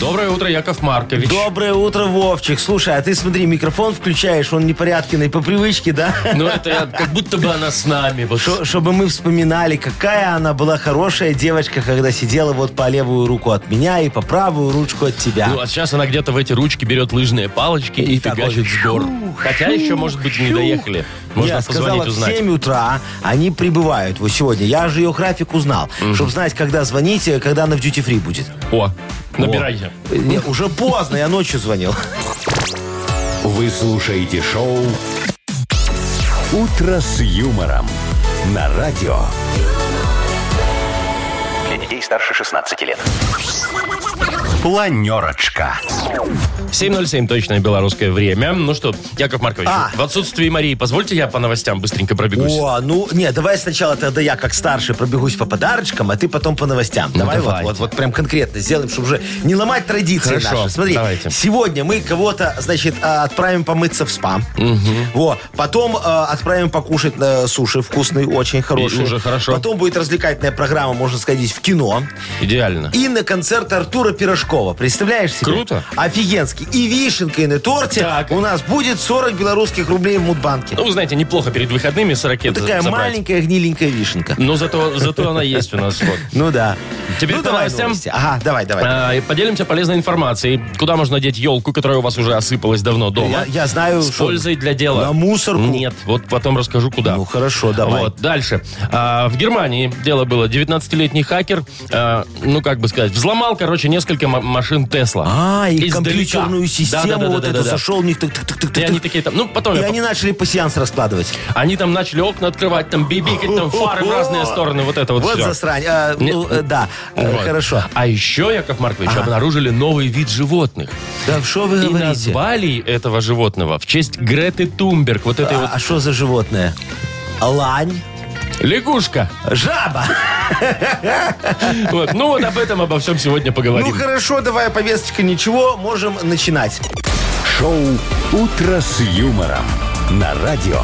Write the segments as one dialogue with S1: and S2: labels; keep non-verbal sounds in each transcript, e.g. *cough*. S1: Доброе утро, Яков Маркович.
S2: Доброе утро, Вовчик. Слушай, а ты смотри, микрофон включаешь, он непорядкиный по привычке, да?
S1: Ну, это я, как будто бы она с нами. Вот.
S2: Шо- Чтобы мы вспоминали, какая она была хорошая девочка, когда сидела вот по левую руку от меня и по правую ручку от тебя.
S1: Ну, а сейчас она где-то в эти ручки берет лыжные палочки и,
S2: И так
S1: фигачит
S2: вот
S1: с гор. Хотя еще, может быть, и не доехали. Можно
S2: я
S1: позвонить,
S2: сказала,
S1: узнать.
S2: в 7 утра они прибывают вот сегодня. Я же ее график узнал, чтобы знать, когда звонить, э, когда она в дьюти-фри будет.
S1: О, набирайте.
S2: Э, не, уже поздно, я ночью звонил.
S3: Вы слушаете шоу «Утро с юмором» на радио. Для детей старше 16 лет. Планерочка.
S1: 7.07 точное белорусское время. Ну что, Яков Маркович,
S2: А.
S1: в отсутствии Марии, позвольте я по новостям быстренько пробегусь.
S2: О, ну, не, давай сначала тогда я как старший пробегусь по подарочкам, а ты потом по новостям. давай вот,
S1: Ну, давайте.
S2: вот, вот прям конкретно сделаем, чтобы уже не ломать традиции
S1: Хорошо,
S2: наши. Смотри,
S1: давайте.
S2: сегодня мы кого-то, значит, а, отправим помыться в спа. Во, потом а, отправим покушать на суши вкусный, очень хороший.
S1: И уже хорошо.
S2: Потом будет развлекательная программа, можно сходить в кино.
S1: Идеально.
S2: И на концерт Артура Пирожкова. Представляешь себе?
S1: Круто.
S2: Офигенский. И вишенкой на торте
S1: Так.
S2: у нас будет 40 белорусских рублей в Мудбанке.
S1: Ну, вы знаете, неплохо перед выходными с ракет
S2: Ну, Такая
S1: забрать.
S2: маленькая гниленькая вишенка.
S1: Но зато, зато она есть у нас. Вот.
S2: Ну да.
S1: Теперь
S2: ну,
S1: по
S2: давай
S1: новостям.
S2: новости. Ага, давай, давай.
S1: А, и Поделимся полезной информацией. Куда можно деть елку, которая у вас уже осыпалась давно дома?
S2: Я- я знаю,
S1: С
S2: что-
S1: пользой для дела.
S2: На мусорку?
S1: Нет, вот потом расскажу, куда.
S2: Ну хорошо, давай.
S1: Вот, дальше. А, в Германии дело было. 19-летний хакер, а, ну, как бы сказать, взломал, короче, несколько ма- машин Тесла.
S2: А, и
S1: Издалека.
S2: компьютерную систему
S1: Да-да-да-да-да-да.
S2: вот это зашел у них. так- так- так- так-
S1: И
S2: так.
S1: они такие там, ну, потом
S2: И
S1: я
S2: они начали пассианс раскладывать.
S1: Они там начали окна открывать, там бибикать, там фары в разные стороны, вот это вот,
S2: Вот
S1: все.
S2: засрань. А, ну,
S1: Не-
S2: э, Да, Э,
S1: Вот.
S2: хорошо.
S1: А еще, Яков Маркович, обнаружили новый вид животных.
S2: Да что вы
S1: И
S2: говорите?
S1: назвали этого животного в честь Греты Тумберг. Вот этой
S2: А что за животное? Лань? А.
S1: вот лягушка.
S2: Жаба!
S1: Вот. Ну вот об этом, обо всем сегодня
S2: Ну
S1: поговорим.
S2: хорошо, давай повесточка, ничего, можем начинать.
S3: Шоу «Утро с юмором» на радио.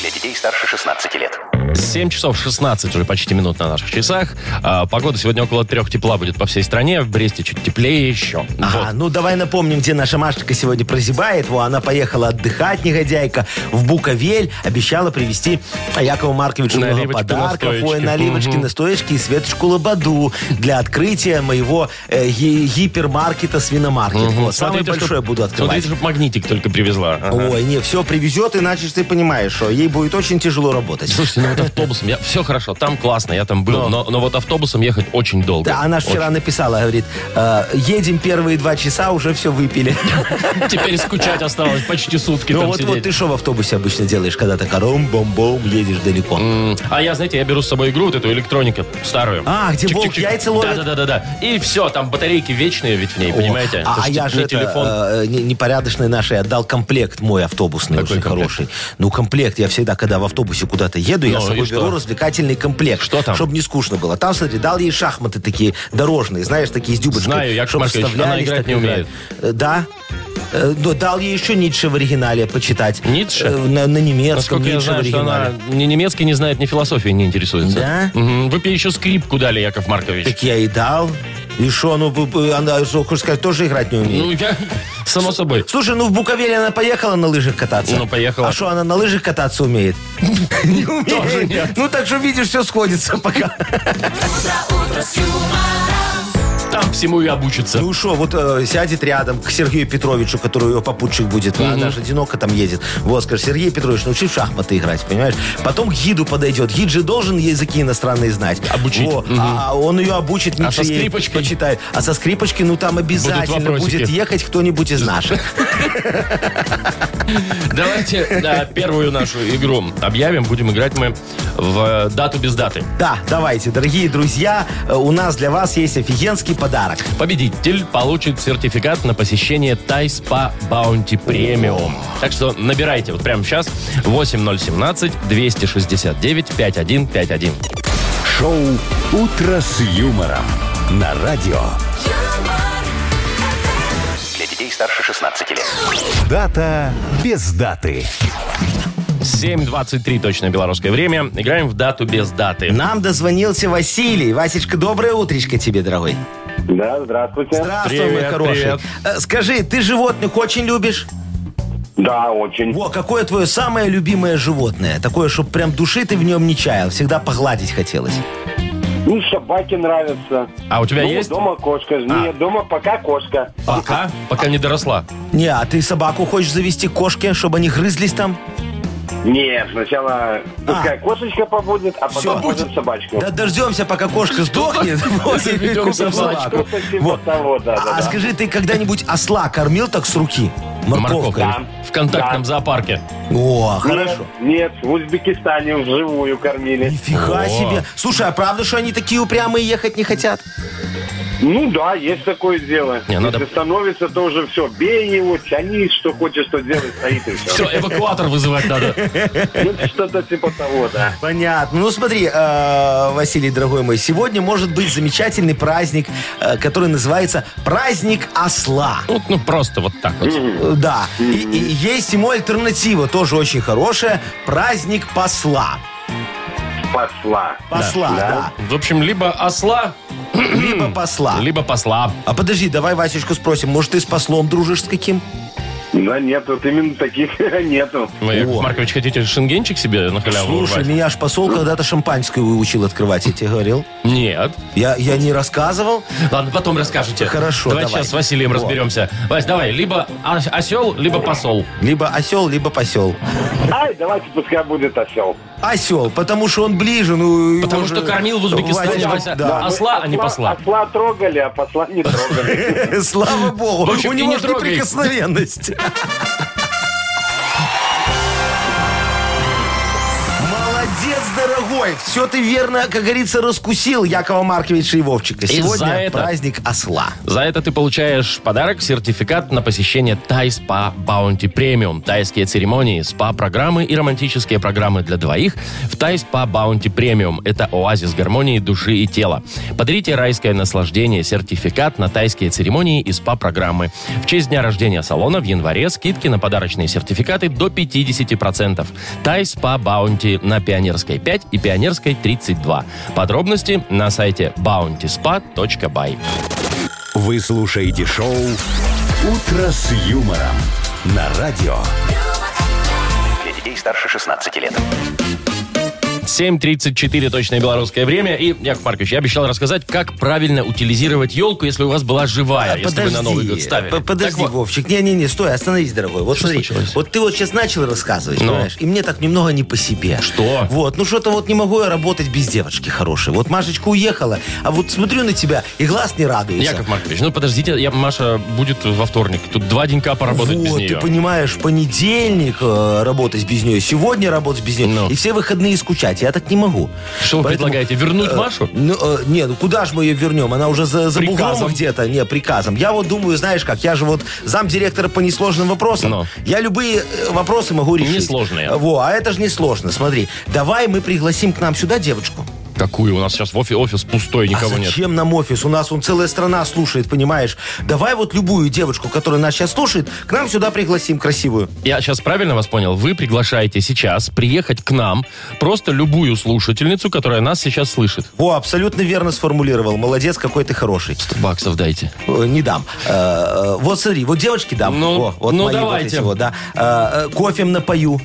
S3: Для детей старше 16 лет.
S1: 7 часов 16 уже почти минут на наших часах. А, погода сегодня около трех тепла будет по всей стране. В Бресте чуть теплее еще.
S2: Ага,
S1: Вот.
S2: ну давай напомним, где наша Машечка сегодня прозябает. Во, она поехала отдыхать, негодяйка, в Буковель. Обещала привезти Якову Марковичу много
S1: Наливочки,
S2: подарков. Ой,
S1: настоечки.
S2: наливочки, настоечки и Светочку Лободу для открытия моего э, ги- гипермаркета свиномаркет. Вот, самый
S1: Смотрите,
S2: большой
S1: чтоб-
S2: буду открывать.
S1: Смотрите, чтобы магнитик только привезла. А. Ага.
S2: Ой, не, все привезет, иначе ж ты понимаешь, что ей будет очень тяжело работать.
S1: Слушайте, *laughs* ну вот автобусом, я, все хорошо, там классно, я там был, но, но вот автобусом ехать очень долго.
S2: Да, она ж вчера написала, говорит, «Э, едем первые два часа, уже все выпили.
S1: *laughs* Очень. Теперь скучать осталось почти сутки
S2: Ну
S1: там
S2: вот, вот
S1: сидеть.
S2: ты что в автобусе обычно делаешь, когда так ром-бом-бом едешь далеко?
S1: М, А я, знаете, я беру с собой игру, вот эту электронику старую.
S2: А, где волк
S1: Чик-чик-чик.
S2: яйца ловит?
S1: Да-да-да. да. И все, там батарейки вечные ведь в ней,
S2: О,
S1: понимаете?
S2: А,
S1: Это
S2: а я
S1: не
S2: же это,
S1: телефон.
S2: э, не- непорядочный наш, я отдал комплект мой автобусный,
S1: Какой
S2: очень
S1: комплект?
S2: хороший. Ну, комплект, я всегда, когда в автобусе куда-то еду, я
S1: Ну,
S2: с собой
S1: и что?
S2: беру развлекательный комплект.
S1: Что там?
S2: Чтобы не скучно было. Там, смотри, дал ей шахматы такие дорожные, знаешь, такие с дюбочкой.
S1: Знаю, Яков
S2: чтоб
S1: Маркович, она
S2: вставлялись,
S1: играть
S2: так
S1: не умеет.
S2: Э, Да? Э, ну, дал ей еще Ницше в оригинале почитать.
S1: Ницше?
S2: Э, На, на немецком
S1: Насколько я
S2: Ницше в
S1: знаю, что она
S2: оригинале.
S1: ни немецкий не знает, ни философией не интересуется.
S2: Да?
S1: Мгм. Вы бы еще скрипку дали, Яков Маркович.
S2: Так я и дал. И что, ну, б- б- она, что, хочешь сказать, тоже играть не умеет?
S1: Ну, я... Само собой.
S2: Слушай, ну в Буковеле она поехала на лыжах кататься.
S1: Ну, поехала.
S2: А что, она на лыжах
S1: *laughs*
S2: кататься умеет? Не
S1: Тоже нет.
S2: Ну, так что, видишь, все сходится пока.
S1: Там всему и обучится.
S2: Ну что, вот э, сядет рядом к Сергею Петровичу, который ее попутчик будет. Она же одиноко там едет. Вот, скажет, Сергей Петрович, научи в шахматы играть, понимаешь? Потом к гиду подойдет. Гид же должен языки иностранные знать.
S1: Обучить.
S2: Во, А он ее обучит,
S1: А со
S2: Ницше ей
S1: скрипочкой?
S2: почитает. А со скрипочки, ну там обязательно
S1: вопросики.
S2: будет ехать кто-нибудь из
S1: *laughs*
S2: наших.
S1: Давайте да, первую нашу игру объявим. Будем играть мы в э, дату без даты.
S2: Да, давайте, дорогие друзья, э, у нас для вас есть офигенский подарок.
S1: Победитель получит сертификат на посещение Тайспа Баунти Премиум. Так что набирайте вот прямо сейчас 8017 269 5151.
S3: Шоу «Утро с юмором» на радио.
S4: юмор,
S5: Для детей старше 16 лет.
S3: Дата без даты.
S1: 7.23 точно белорусское время. Играем в дату без даты.
S2: Нам дозвонился Василий. Васечка, доброе утречко тебе, дорогой.
S6: Да, здравствуйте.
S2: Здравствуй, мой
S1: Привет,
S2: хороший.
S1: привет.
S2: Э, Скажи, ты животных очень любишь?
S6: Да, очень.
S2: Во, какое твое самое любимое животное? Такое, чтобы прям души ты в нем не чаял. Всегда погладить хотелось.
S6: Ну, собаки нравятся.
S1: А у тебя
S6: Ну,
S1: есть?
S6: дома
S2: А.
S6: кошка. Нет, дома пока кошка.
S1: Пока. Пока не доросла.
S2: Не, а ты собаку хочешь завести к кошке, чтобы они грызлись там?
S6: Нет, сначала пускай кошечка побудет, а
S2: А. Всё.
S6: потом будет собачка.
S2: Да дождемся, пока кошка сдохнет. вот, и
S1: Заведем
S2: купим
S1: собачку.
S2: собаку.
S6: Что-то типа
S2: Вот.
S6: того, да, да,
S2: А
S6: да.
S2: скажи, ты когда-нибудь осла кормил так с руки? Морковкой?
S1: Морковка. В контактном
S6: Да.
S1: зоопарке.
S2: О,
S6: Нет,
S2: хорошо.
S6: Нет, в Узбекистане вживую кормили.
S2: Нифига
S1: О.
S2: себе. Слушай, а правда, что они такие упрямые ехать не хотят?
S6: Ну да, есть такое дело.
S1: Не,
S2: ну
S1: надо-
S6: Если становится, то уже все. Бей его, тяни, что хочешь, что делать, стоит и
S1: Все,
S6: все.
S1: эвакуатор вызывать
S2: *laughs*
S1: надо.
S6: Что-то типа того, да.
S2: Понятно. Ну смотри, э, Василий, дорогой мой, сегодня может быть замечательный праздник, э, который называется «Праздник осла».
S1: Ну, ну, просто вот так вот.
S2: Э, Да. И, и есть ему альтернатива, тоже очень хорошая. Праздник посла.
S6: Посла.
S2: Посла, да.
S1: В общем, либо осла,
S2: Либо посла.
S1: либо посла.
S2: А подожди, давай Васечку спросим, может, ты с послом дружишь с каким?
S6: Да нет, вот именно таких *laughs* нету.
S1: Вы, Яков
S2: О.
S1: Маркович, хотите шенгенчик себе на халяву
S2: Слушай,
S1: урвать?
S2: меня ж посол когда-то шампанское выучил открывать, я тебе говорил.
S1: Нет.
S2: Я, я не рассказывал.
S1: Ладно, потом расскажете.
S2: Хорошо,
S1: Давай,
S2: давай.
S1: сейчас с Василием
S2: Во.
S1: разберемся. Вась, давай, либо ос- осел, либо посол.
S2: Либо осел, либо посел.
S6: Ай, давайте пускай будет осел.
S2: Осел, потому что он ближе. Ну, его
S1: Потому что
S2: же-
S1: кормил в Узбекистане
S2: Вася,
S1: Вася
S2: да.
S1: осла, а не посла.
S6: Осла трогали, а посла не
S7: *laughs*
S2: *laughs*
S6: трогали.
S2: Слава богу,
S1: В общем,
S2: у
S1: и
S2: него
S1: не
S2: ж
S1: трогай. *laughs*
S2: неприкосновенность. Молодец, дорогой. Все ты верно, как говорится, раскусил Якова Марковича и Вовчика.
S1: И за
S2: Сегодня
S1: это-
S2: праздник осла.
S1: За это ты получаешь в подарок, сертификат на посещение Тай Спа Баунти Премиум. Тайские церемонии, спа-программы и романтические программы для двоих в Тай Спа Баунти Премиум. Это оазис гармонии души и тела. Подарите райское наслаждение, сертификат на тайские церемонии и спа-программы. В честь дня рождения салона в январе скидки на подарочные сертификаты до 50%. Тай Спа Баунти на Пионерской 5 и Пионерской 32. Подробности на сайте bountyspa.by.
S3: Вы слушаете шоу «Утро с юмором» на радио.
S5: Для детей старше 16 лет.
S1: 7.34 точное белорусское время. И, Яков Маркович, я обещал рассказать, как правильно утилизировать елку, если у вас была живая, если вы на Новый год ставили.
S2: п- подожди,
S1: Так вот,
S2: Вовчик. Не-не-не, стой, остановись, дорогой. Вот смотри,
S1: случилось? Ну.
S2: вот ты вот сейчас начал рассказывать, понимаешь, и мне так немного не по себе.
S1: Что?
S2: Вот, ну что-то вот не могу я работать без девочки хорошей. Вот Машечка уехала, а вот смотрю на тебя, и глаз не радуется.
S1: Яков Маркович, ну подождите, я, Маша будет во вторник. Тут два денька поработать без
S2: вот,
S1: нее.
S2: ты понимаешь, в понедельник э, работать без нее, сегодня работать без нее,
S1: Ну.
S2: и все выходные скучать. Я так не могу.
S1: Что вы предлагаете, вернуть
S2: э,
S1: Машу?
S2: Ну, э, не, ну куда же мы ее вернем? Она уже за, за бугром
S1: Приказом.
S2: где-то. Не, приказом. Я вот думаю, знаешь как, я же вот замдиректора по несложным вопросам.
S1: Ну.
S2: Я любые э, вопросы могу решить.
S1: Несложные.
S2: Во, а это же несложно. Смотри, давай мы пригласим к нам сюда девочку.
S1: Какую? У нас сейчас в офи- офис пустой, никого
S2: а
S1: нет.
S2: зачем нам офис? У нас он целая страна слушает, понимаешь? Давай вот любую девочку, которая нас сейчас слушает, к нам сюда пригласим красивую.
S1: Я сейчас правильно вас понял? Вы приглашаете сейчас приехать к нам просто любую слушательницу, которая нас сейчас слышит.
S2: Во, абсолютно верно сформулировал. Молодец, какой ты хороший.
S1: 100 баксов дайте.
S2: Э, Не дам. Э, э, Вот смотри, вот девочки дам.
S1: Ну,
S2: Во, вот
S1: ну,
S2: мои вот
S1: давайте.
S2: эти вот, да. Э, э, Кофем напою.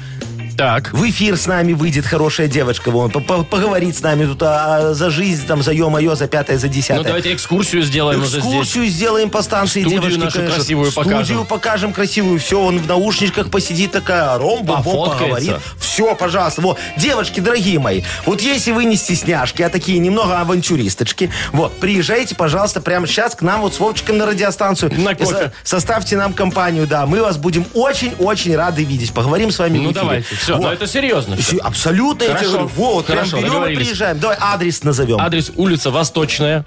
S1: Так. Ну,
S2: В эфир с нами выйдет хорошая девочка. вон, по- по- поговорит с нами тут а, а, за жизнь, там, за ё-моё, за пятое, за
S1: Ну
S2: десятое.
S1: давайте экскурсию сделаем уже здесь.
S2: Э, Экскурсию сделаем по станции
S1: Студию
S2: девочки,
S1: нашу
S2: конечно.
S1: красивую
S2: Студию
S1: покажем.
S2: покажем красивую. Все, он в наушничках посидит такая, а ромба,
S1: Пофоткается.
S2: поговорит. Все, пожалуйста. Во. Девочки, дорогие мои, вот если вы не стесняшки, а такие немного авантюристочки, вот, приезжайте, пожалуйста, прямо сейчас к нам вот с Вовчиком на радиостанцию.
S1: На кофе.
S2: Со- составьте нам компанию, да. Мы вас будем очень-очень рады видеть. Поговорим с вами
S1: Ну,
S2: в эфире.
S1: давайте, Все,
S2: Вот.
S1: но это серьезно. всё.
S2: Всё, Абсолютно, я тебе
S1: Хорошо.
S2: говорю. Вот, прям
S1: Хорошо,
S2: берем и
S1: договорились.
S2: приезжаем. Давай адрес назовем.
S1: Адрес улица Восточная,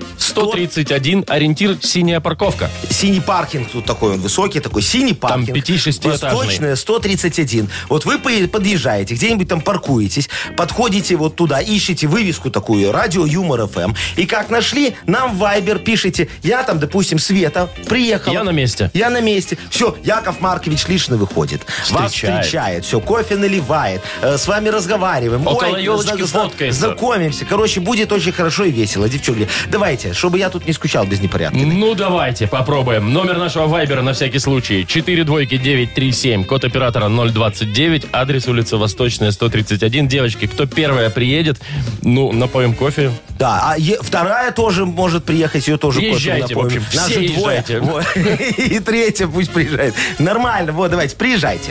S1: 131, ориентир «Синяя парковка».
S2: Синий паркинг тут такой, он высокий такой, синий паркинг.
S1: пяти-шестиэтажный.
S2: Восточная, 131. Вот вы по- подъезжаете, где-нибудь там паркуетесь, подходите вот туда, ищете вывеску такую, радио Юмор ФМ, и как нашли, нам в Вайбер пишите, я там, допустим, Света, приехал.
S1: Я на месте.
S2: Я на месте. Все, Яков Маркович лично выходит. Вас
S1: Встречает.
S2: встречает, все, кофе наливает, э, с вами разговариваем.
S1: Около
S2: Ой,
S1: елочки
S2: зна- зна-
S1: фоткается.
S2: Знакомимся. Короче, будет очень хорошо и весело, девчонки. Давайте, чтобы я тут не скучал без непорядка.
S1: Ну, давайте попробуем. Номер нашего вайбера на всякий случай. 4 двойки 937, код оператора 029, адрес улица Восточная, 131. Девочки, кто первая приедет, ну, напоим кофе.
S2: Да, а е- вторая тоже может приехать, ее тоже
S1: Езжайте,
S2: кофе напомним.
S1: в общем,
S2: Нас
S1: все
S2: же двое.
S1: езжайте.
S2: Вот. *laughs* И третья пусть приезжает. Нормально, вот, давайте, приезжайте.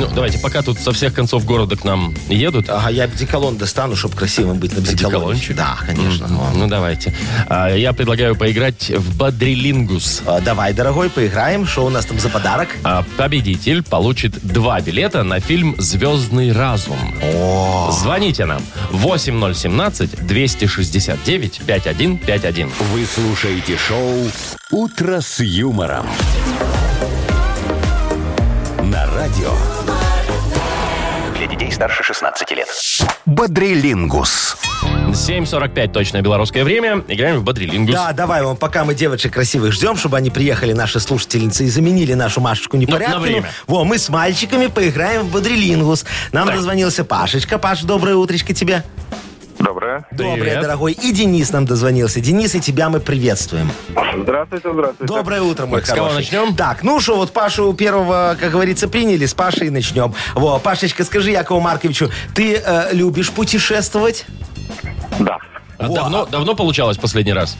S1: Ну, давайте, пока тут со всех концов города к нам едут.
S2: Ага, я бдиколон достану, чтобы красивым быть на бдиколоне.
S1: Одеколончик?
S2: Да, конечно. вот.
S1: Ну, давайте. А, я предлагаю поиграть в Бодрилингус.
S2: А, Давай, дорогой, поиграем. Что у нас там за подарок?
S1: А победитель получит два билета на фильм «Звездный разум». Звоните нам 8017-269-5151.
S3: Вы слушаете шоу «Утро с юмором». На радио
S5: Для детей старше 16 лет.
S3: «Бодрилингус».
S1: 7.45 точное белорусское время. Играем в Бодрилингус.
S2: Да, давай, вон, пока мы девочек красивых ждем, чтобы они приехали, наши слушательницы, и заменили нашу Машечку непорядку.
S1: Ну, на время.
S2: Во, мы с мальчиками поиграем в бодрелингус. Нам
S1: Так.
S2: дозвонился Пашечка. Паш, доброе утречко тебе.
S6: Доброе.
S2: Доброе,
S1: Привет.
S2: дорогой. И Денис нам дозвонился. Денис, и тебя мы приветствуем.
S6: Здравствуйте, здравствуйте.
S2: Доброе утро, мой
S1: Так, с кого
S2: хороший.
S1: начнем?
S2: Так, ну что, вот Пашу первого, как говорится, приняли, с Пашей начнем. Во, Пашечка, скажи Якову Марковичу, ты э, любишь путешествовать?
S6: Да,
S1: А давно, давно получалось последний раз?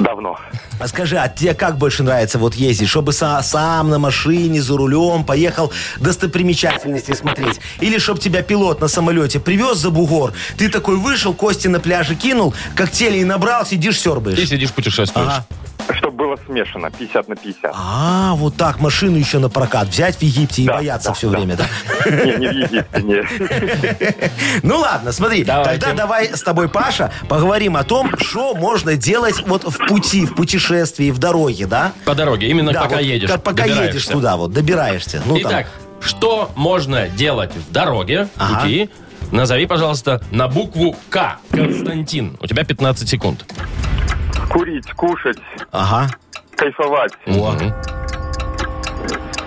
S6: давно.
S2: А Скажи, а тебе как больше нравится вот ездить, чтобы са- сам на машине, за рулем поехал достопримечательности смотреть? Или чтобы тебя пилот на самолете привез за бугор, ты такой вышел, кости на пляже кинул, коктейли и набрал, сидишь,
S1: Ты
S2: сербаешь?
S1: сидишь, путешествуешь.
S2: Ага.
S6: Чтобы было смешано, 50 на 50.
S2: А, вот так машину еще на прокат взять в Египте и
S6: Да,
S2: бояться
S6: да,
S2: все
S6: да.
S2: время, да?
S6: Не, не в Египте, не.
S2: Ну ладно, смотри,
S1: Давайте.
S2: тогда давай с тобой, Паша, поговорим о том, что можно делать вот в пути, в путешествии, в дороге, да?
S1: По дороге, именно
S2: Да,
S1: Ну, пока
S2: вот
S1: едешь.
S2: как- пока
S1: добираешься.
S2: едешь туда, вот, добираешься. Ну, там.
S1: Итак, что можно делать в дороге, в
S2: Ага.
S1: пути? Назови, пожалуйста, на букву К. Константин, у тебя 15 секунд.
S6: Курить, кушать,
S2: Ага.
S6: кайфовать,
S1: Мгм.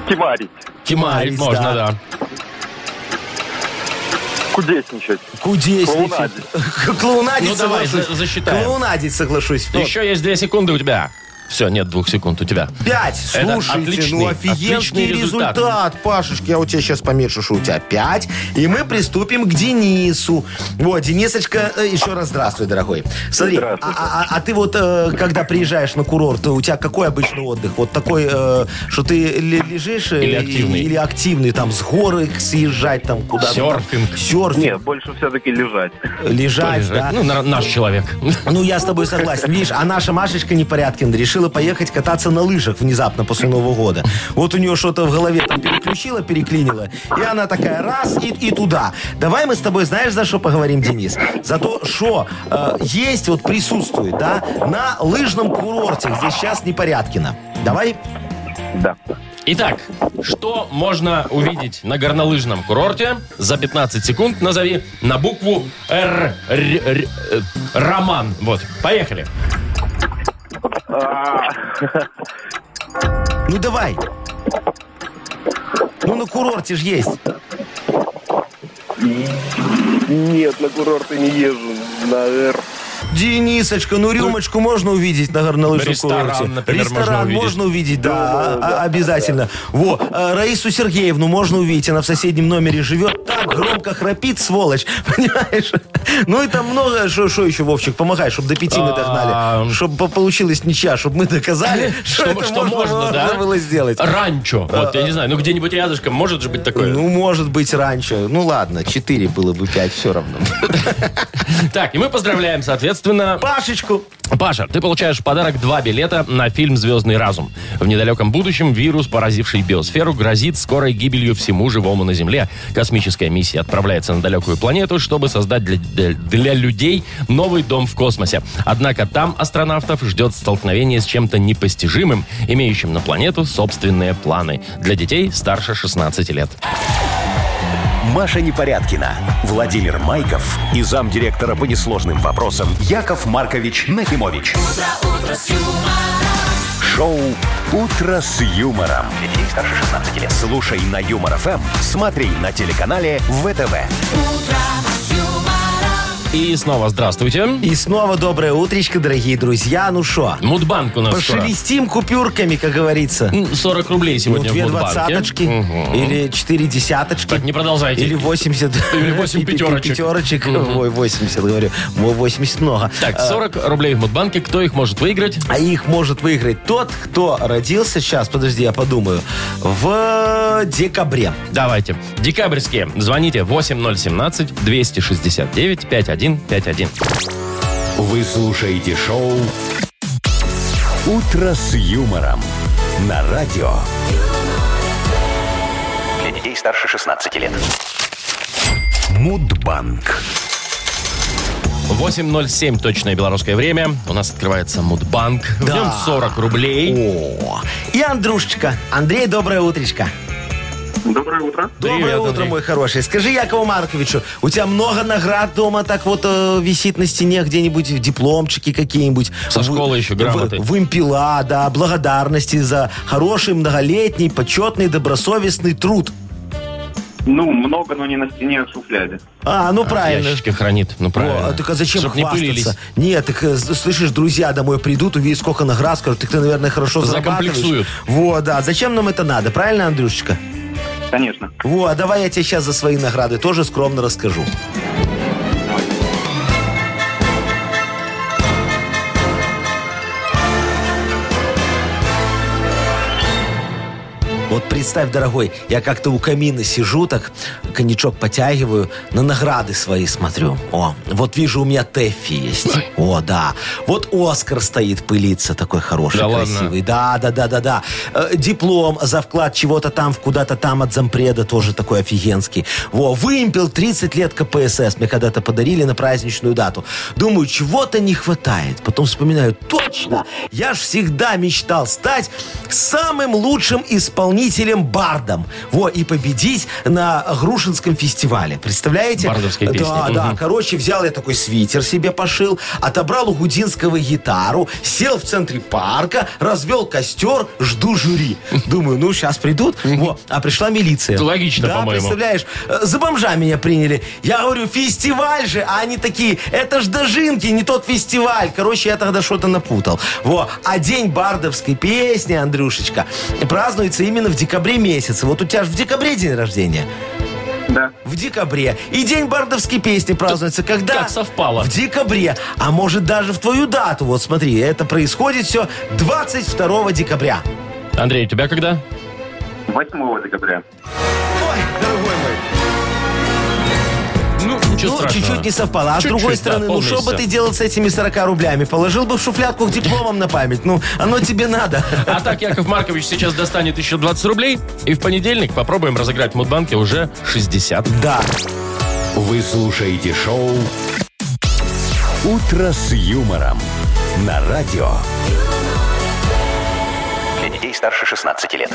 S6: кимарить,
S1: Кимарь,
S2: Кимарить,
S1: можно,
S2: да.
S1: да.
S6: кудесничать.
S2: Кудесники. *laughs*
S6: Клоунадить.
S2: Клоунадить
S1: Ну, давай,
S2: соглашусь.
S1: за- засчитаем. Ну,
S2: Клоунадить соглашусь. Вот.
S1: Еще есть 2 секунды у тебя. Все, нет двух секунд у тебя.
S2: Пять.
S1: Это
S2: Слушайте,
S1: отличный,
S2: ну офигенский
S1: отличный результат.
S2: результат. Пашечка, я у тебя сейчас помешу, что у тебя пять. И мы приступим к Денису. Вот, Денисочка, э, еще раз здравствуй, дорогой. Смотри, а,
S6: Здравствуйте.
S2: а- а ты вот, э, когда приезжаешь на курорт, у тебя какой обычно отдых? Вот такой, э, что ты ли- лежишь... э,
S1: Или активный.
S2: и- Или активный, там, с горы съезжать, там, куда-то. там.
S1: Серфинг.
S2: Серфинг.
S6: Нет, больше все-таки лежать.
S2: Лежать,
S1: Тоже,
S2: да.
S1: Ну, на- наш человек. *laughs*
S2: Ну, я с тобой согласен. Видишь, а наша Машечка Непорядкин решила поехать кататься на лыжах внезапно после Нового года. Вот у нее что-то в голове там переключило, переклинило. И она такая раз и, и туда. Давай мы с тобой, знаешь, за что поговорим, Денис? За то, что э, есть, вот присутствует, да, на лыжном курорте, где сейчас Непорядкина. Давай.
S6: Да.
S1: Итак, что можно увидеть на горнолыжном курорте? За 15 секунд назови на букву Р. Р- Р- э, Роман. Вот, поехали.
S6: А,
S2: Ну, давай. Ну, на курорте же есть.
S6: Нет, на курорты не езжу. Наверное.
S2: Денисочка, ну рюмочку можно увидеть на горнолыжном
S1: Ресторан,
S2: курорте.
S1: например, можно
S2: Ресторан
S1: увидеть.
S2: можно увидеть, да,
S6: Да, да,
S2: а-
S6: да.
S2: обязательно. Во, а, Раису Сергеевну можно увидеть, она в соседнем номере живет. Так громко храпит, сволочь, *laughs* понимаешь? Ну и там много, что что еще, Вовчик, помогай, чтобы до пяти мы
S1: А.
S2: догнали. Чтобы получилось ничья, чтобы мы
S1: *laughs*
S2: доказали, что
S1: Что,
S2: это
S1: что можно, да?
S2: было сделать.
S1: Ранчо. Вот, я не знаю, ну где-нибудь рядышком может же быть такое.
S2: Ну, может быть, раньше. Ну, ладно, четыре было бы пять, все равно.
S1: Так, и мы поздравляем, Соответственно,
S2: Пашечку.
S1: Паша, ты получаешь в подарок два билета на фильм «Звездный разум». В недалеком будущем вирус, поразивший биосферу, грозит скорой гибелью всему живому на Земле. Космическая миссия отправляется на далекую планету, чтобы создать для, для- для людей новый дом в космосе. Однако там астронавтов ждет столкновение с чем-то непостижимым, имеющим на планету собственные планы. Для детей старше 16 лет.
S3: Маша Непорядкина, Владимир Майков и замдиректора по несложным вопросам Яков Маркович Нахимович. Шоу Утро с юмором.
S5: Для детей старше 16 лет.
S3: Слушай на Юмор ФМ, смотри на телеканале ВТВ.
S1: И снова здравствуйте.
S2: И снова доброе утречко, дорогие друзья. Ну шо,
S1: Мудбанк у нас скоро.
S2: пошелестим купюрками, как говорится.
S1: 40 рублей
S2: Ну,
S1: сегодня в
S2: две
S1: Мудбанке.
S2: двадцаточки или четыре десяточки.
S1: Так, не продолжайте.
S2: Или 80.
S1: *laughs* Или восемь пятерочек.
S2: Пятерочек. Ой, 80, говорю. Ой, 80 много.
S1: Так,
S2: А,
S1: 40 рублей в Мудбанке. Кто их может выиграть?
S2: А их может выиграть тот, кто родился, сейчас, подожди, я подумаю, в декабре.
S1: Давайте. Декабрьские. Звоните 8017-269-5151.
S3: Вы слушаете шоу Утро с юмором на радио.
S5: Для детей старше 16 лет.
S3: Мудбанк.
S1: 8.07 точное белорусское время. У нас открывается Мудбанк. В нем 40 рублей.
S2: О, и Андрушечка. Андрей, доброе утречко.
S7: Доброе утро.
S2: Доброе
S1: Привет,
S2: утро,
S1: Андрей.
S2: мой хороший. Скажи Якову Марковичу, у тебя много наград дома так вот э, висит на стене где-нибудь, в дипломчики какие-нибудь.
S1: Со
S2: В-
S1: школы еще
S2: в-
S1: грамоты.
S2: Вымпела, да, благодарности за хороший многолетний, почетный, добросовестный труд.
S7: Ну, много, но не на стене, а в шуфляде.
S2: А, ну правильно.
S1: Ящички хранит. Ну, правильно.
S2: О, а так а зачем
S1: Чтоб не пылились.
S2: хвастаться? Нет, так э, с- слышишь, друзья домой придут, увидят, сколько наград, скажут, так ты, наверное, хорошо
S1: Закомплексуют.
S2: зарабатываешь. Вот, да. Зачем нам это надо, правильно, Андрюшечка?
S7: Конечно.
S2: Во, а давай я тебе сейчас за свои награды тоже скромно расскажу. Вот представь, дорогой, я как-то у камина сижу, так коньячок потягиваю, на награды свои смотрю. О, вот вижу, у меня Тэффи есть. О, да. Вот Оскар стоит пылиться, такой хороший,
S1: Да ладно?
S2: красивый. Да, да, да, да, да. Э, диплом за вклад чего-то там, в куда-то там от зампреда тоже такой офигенский. Во, вымпел 30 лет КПСС. Мне когда-то подарили на праздничную дату. Думаю, чего-то не хватает. Потом вспоминаю, точно, я ж всегда мечтал стать самым лучшим исполнителем-бардом. Во, и победить на Грушинском фестивале. Представляете?
S1: Бардовские песни.
S2: Да, да, Короче, взял я такой свитер себе пошил, отобрал у Гудинского гитару, сел в центре парка, развел костер, жду жюри.
S1: *laughs*
S2: Думаю, ну, сейчас придут. Во, а пришла милиция.
S1: Это логично,
S2: да,
S1: по-моему.
S2: представляешь, э, за бомжа меня приняли. Я говорю, фестиваль же, а они такие, это ж дожинки, не тот фестиваль. Короче, я тогда что-то напутал. Во, а день бардовской песни, Андрюшечка, празднуется именно в декабре месяце. Вот у тебя же в декабре день рождения.
S7: Да.
S2: В декабре. И День бардовской песни празднуется. Когда?
S1: как совпало.
S2: В декабре. А может даже в твою дату. Вот смотри, это происходит все 22 декабря.
S1: Андрей, у тебя когда?
S7: 8 декабря.
S2: Ой, дорогой мой.
S1: Ну, ничего
S2: ну, чуть-чуть не совпало. А
S1: Чуть-чуть,
S2: с другой
S1: да,
S2: стороны, ну
S1: полный
S2: что бы
S1: всё.
S2: ты делал с этими 40 рублями? Положил бы в шуфлядку к дипломам на память. Ну, оно
S1: *laughs*
S2: тебе надо.
S1: А так Яков Маркович сейчас достанет еще 20 рублей. И в понедельник попробуем разыграть в Мудбанке уже 60.
S2: Да.
S3: Вы слушаете шоу Утро с юмором на радио.
S5: Для детей старше 16 лет.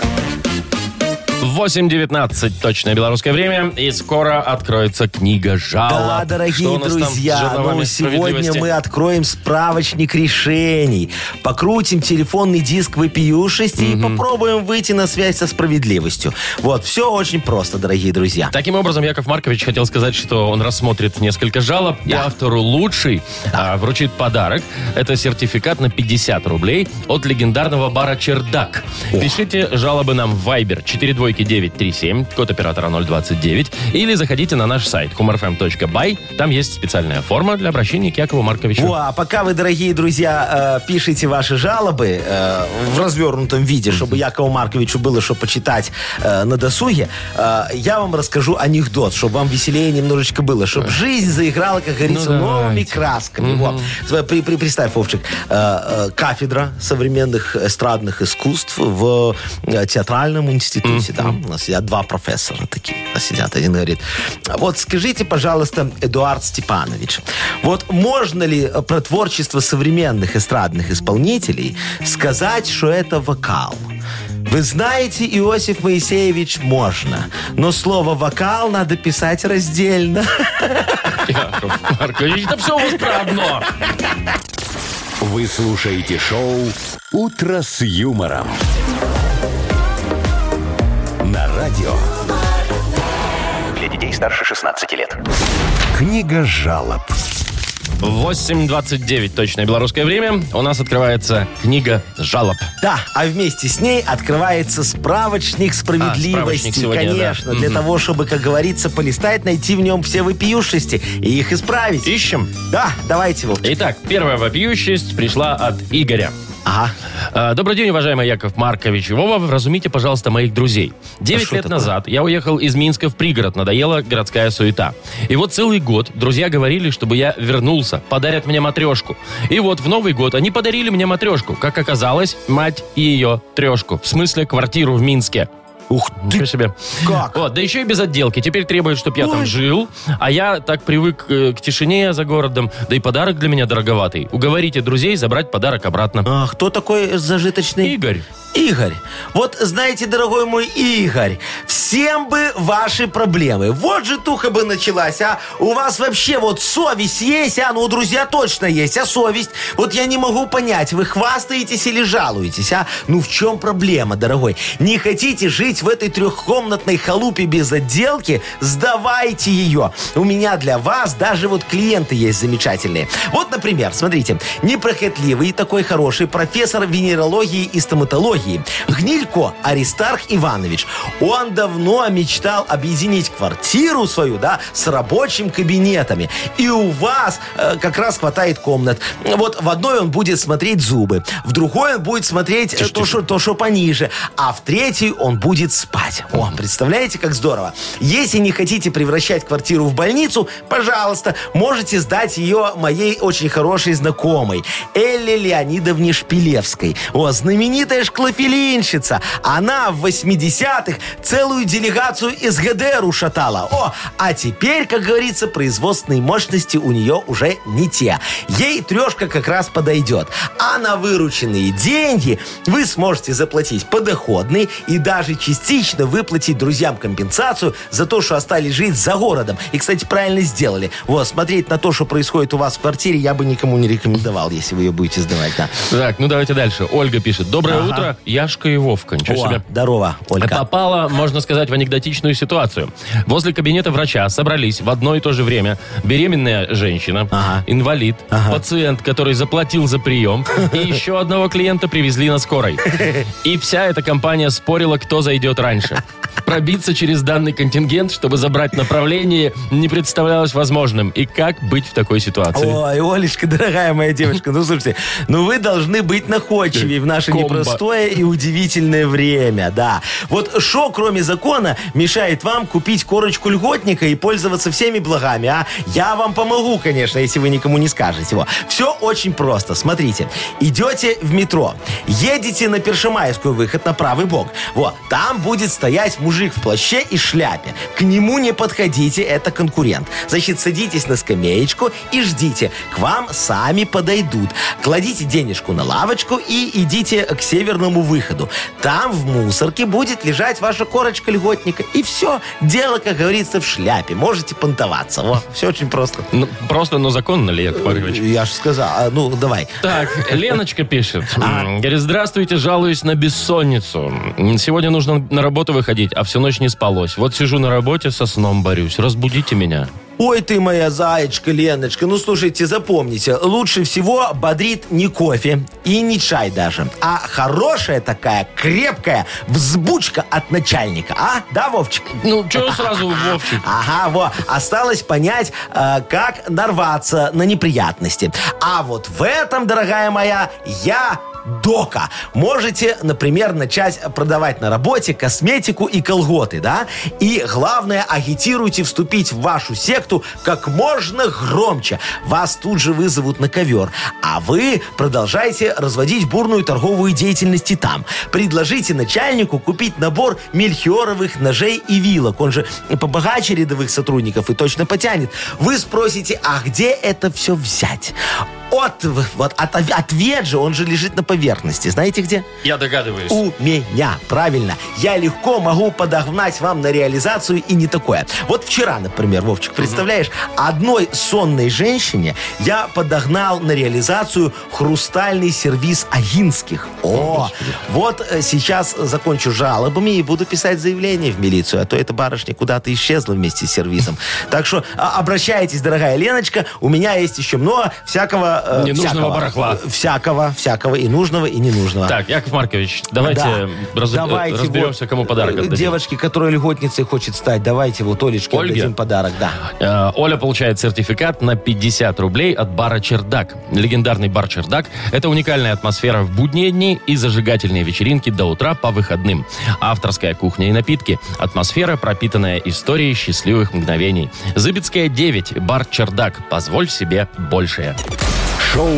S1: 8.19 точное белорусское время. И скоро откроется книга жалоб.
S2: Да, дорогие
S1: Что у нас там с
S2: друзья,
S1: жерновами
S2: ну сегодня
S1: справедливости?
S2: мы откроем справочник решений, покрутим телефонный диск вопиюшести и попробуем выйти на связь со справедливостью. Вот, все очень просто, дорогие друзья.
S1: Таким образом, Яков Маркович хотел сказать, что он рассмотрит несколько жалоб, и автору лучший а, вручит подарок. Это сертификат на 50 рублей от легендарного бара «Чердак». Пишите жалобы нам в Viber 429 стойки 937, код оператора 029, или заходите на наш сайт humorfm.by. Там есть специальная форма для обращения к Якову Марковичу.
S2: Во, а пока вы, дорогие друзья, э, пишите ваши жалобы э, в развернутом виде, чтобы Якову Марковичу было что почитать э, на досуге, э, я вам расскажу анекдот, чтобы вам веселее немножечко было, чтобы жизнь заиграла, как говорится,
S1: Ну,
S2: новыми
S1: давайте.
S2: красками. Во. Сп- При, при- представь, Вовчик, э, э, кафедра современных эстрадных искусств в э, театральном институте. Там у нас сидят два профессора такие. у нас Сидят. Один говорит, вот скажите, пожалуйста, Эдуард Степанович, вот можно ли э, про творчество современных эстрадных исполнителей сказать, что это вокал? Вы знаете, Иосиф Моисеевич, можно. Но слово «вокал» надо писать раздельно.
S1: Яков Маркович, это все у вас про одно.
S3: Вы слушаете шоу «Утро с юмором». На радио
S5: Для детей старше 16 лет.
S3: «Книга жалоб».
S1: 8.29 точное белорусское время. У нас открывается книга жалоб.
S2: Да, а вместе с ней открывается справочник справедливости,
S1: А, справочник сегодня,
S2: конечно,
S1: да.
S2: для
S1: Мгм.
S2: того, чтобы, как говорится, полистать, найти в нем все вопиюшести и их исправить.
S1: Ищем.
S2: Да, давайте его.
S1: Итак, первая вопиющесть пришла от Игоря.
S2: Ага.
S1: Э, Добрый день, уважаемый Яков Маркович. и Вова, вразумите, пожалуйста, моих друзей. Девять
S2: что
S1: лет
S2: такое?
S1: назад я уехал из Минска в пригород. Надоела городская суета. И вот целый год друзья говорили, чтобы я вернулся. Подарят мне матрешку. И вот в Новый год они подарили мне матрешку. Как оказалось, мать и ее трешку. В смысле, квартиру в Минске.
S2: Ух
S1: Ничего себе.
S2: Как?
S1: Вот, да еще и без отделки. Теперь требуют, чтобы я там жил, а я так привык э, к тишине за городом, да и подарок для меня дороговатый. Уговорите друзей забрать подарок обратно.
S2: А, кто такой зажиточный?
S1: Игорь,
S2: Игорь. Вот знаете, дорогой мой Игорь, всем бы ваши проблемы. Вот же туха бы началась, а? У вас вообще вот совесть есть, а? Ну, у друзья точно есть, а совесть? Вот я не могу понять, вы хвастаетесь или жалуетесь, а? Ну, в чем проблема, дорогой? Не хотите жить в этой трехкомнатной халупе без отделки? Сдавайте ее. У меня для вас даже вот клиенты есть замечательные. Вот, например, смотрите, непрохотливый и такой хороший профессор венерологии и стоматологии Гнилько Аристарх Иванович. Он давно мечтал объединить квартиру свою, да, с рабочим кабинетами. И у вас э, как раз хватает комнат. Вот в одной он будет смотреть зубы, в другой он будет смотреть э, то, что, то, что пониже, а в третьей он будет спать. О, представляете, как здорово. Если не хотите превращать квартиру в больницу, пожалуйста, можете сдать ее моей очень хорошей знакомой, Элле Леонидовне Шпилевской. О, знаменитая шклофелинщица. Она в 80-х целую делегацию из ГДР ушатала. О, а теперь, как говорится, производственные мощности у нее уже не те. Ей трешка как раз подойдет. А на вырученные деньги вы сможете заплатить подоходный и даже частично выплатить друзьям компенсацию за то, что остались жить за городом. И, кстати, правильно сделали. Вот, смотреть на то, что происходит у вас в квартире, я бы никому не рекомендовал, если вы ее будете сдавать. Да.
S1: Так, ну давайте дальше. Ольга пишет. Доброе утро, Яшка и Вовка. Ничего
S2: О,
S1: себе.
S2: здорово, Ольга.
S1: Попала, можно сказать, в анекдотичную ситуацию. Возле кабинета врача собрались в одно и то же время беременная женщина,
S2: Ага.
S1: инвалид, пациент, который заплатил за прием, и еще одного клиента привезли на скорой. И вся эта компания спорила, кто зайдет раньше. Пробиться через данный контингент, чтобы забрать направление, не представлялось возможным. И как быть в такой ситуации?
S2: Ой, Олечка, дорогая моя девочка, ну слушайте, ну вы должны быть находчивее в наше
S1: Комбо.
S2: непростое и удивительное время, да. Вот что, кроме закона, мешает вам купить корочку льготника и пользоваться всеми благами, а? Я вам помогу, конечно, если вы никому не скажете его. Все очень просто, смотрите. Идете в метро, едете на Першемайскую выход на правый бок. Вот, там будет стоять мужик в плаще и шляпе. К нему не подходите, это конкурент. Значит, садитесь на скамеечку и ждите. К вам сами подойдут. Кладите денежку на лавочку и идите к северному выходу. Там в мусорке будет лежать ваша корочка льготника. И все. Дело, как говорится, в шляпе. Можете понтоваться. Вот, все очень просто.
S1: Ну, Просто, но законно ли, Яков Маркович?
S2: Я же сказал. а, Ну, давай.
S1: Так, Леночка пишет.
S2: А.
S1: М, Говорит, здравствуйте, жалуюсь на бессонницу. М, Сегодня нужно на работу выходить, а всю ночь не спалось. Вот сижу на работе, со сном борюсь. Разбудите меня.
S2: Ой ты моя зайчка, Леночка. Ну, слушайте, запомните, лучше всего бодрит не кофе и не чай даже, а хорошая такая крепкая взбучка от начальника. А? Да, Вовчик?
S1: Ну, что сразу, Вовчик?
S2: Ага, во. Осталось понять, э, как нарваться на неприятности. А вот в этом, дорогая моя, я дока. Можете, например, начать продавать на работе косметику и колготы, да? И главное, агитируйте вступить в вашу секту как можно громче. Вас тут же вызовут на ковер. А вы продолжайте разводить бурную торговую деятельность и там. Предложите начальнику купить набор мельхиоровых ножей и вилок. Он же побогаче рядовых сотрудников и точно потянет. Вы спросите, а где это все взять? От, вот, от, ответ же, он же лежит на поверхности. Знаете где?
S1: Я догадываюсь.
S2: У меня, правильно. Я легко могу подогнать вам на реализацию и не такое. Вот вчера, например, Вовчик, представляешь, одной сонной женщине я подогнал на реализацию хрустальный сервис Агинских. О, вот э, сейчас закончу жалобами и буду писать заявление в милицию, а то эта барышня куда-то исчезла вместе с сервисом. Так что а, обращайтесь, дорогая Леночка, у меня есть еще много всякого... э,
S1: Ненужного
S2: всякого.
S1: барахла.
S2: Всякого, всякого и нужного, и ненужного.
S1: Так, Яков Маркович, давайте,
S2: Да.
S1: раз- э,
S2: Давайте
S1: разберемся,
S2: вот,
S1: кому подарок
S2: э,
S1: отдадим.
S2: Девочке, которая льготницей хочет стать, давайте вот Олечке
S1: Ольге?
S2: отдадим подарок, да.
S1: Э, Оля получает сертификат на 50 рублей от бара «Чердак». Легендарный бар «Чердак» — это уникальная атмосфера в будние дни и зажигательные вечеринки до утра по выходным. Авторская кухня и напитки — атмосфера, пропитанная историей счастливых мгновений. Зыбецкая, 9, бар «Чердак». Позволь себе большее.
S3: Шоу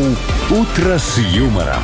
S3: «Утро с юмором»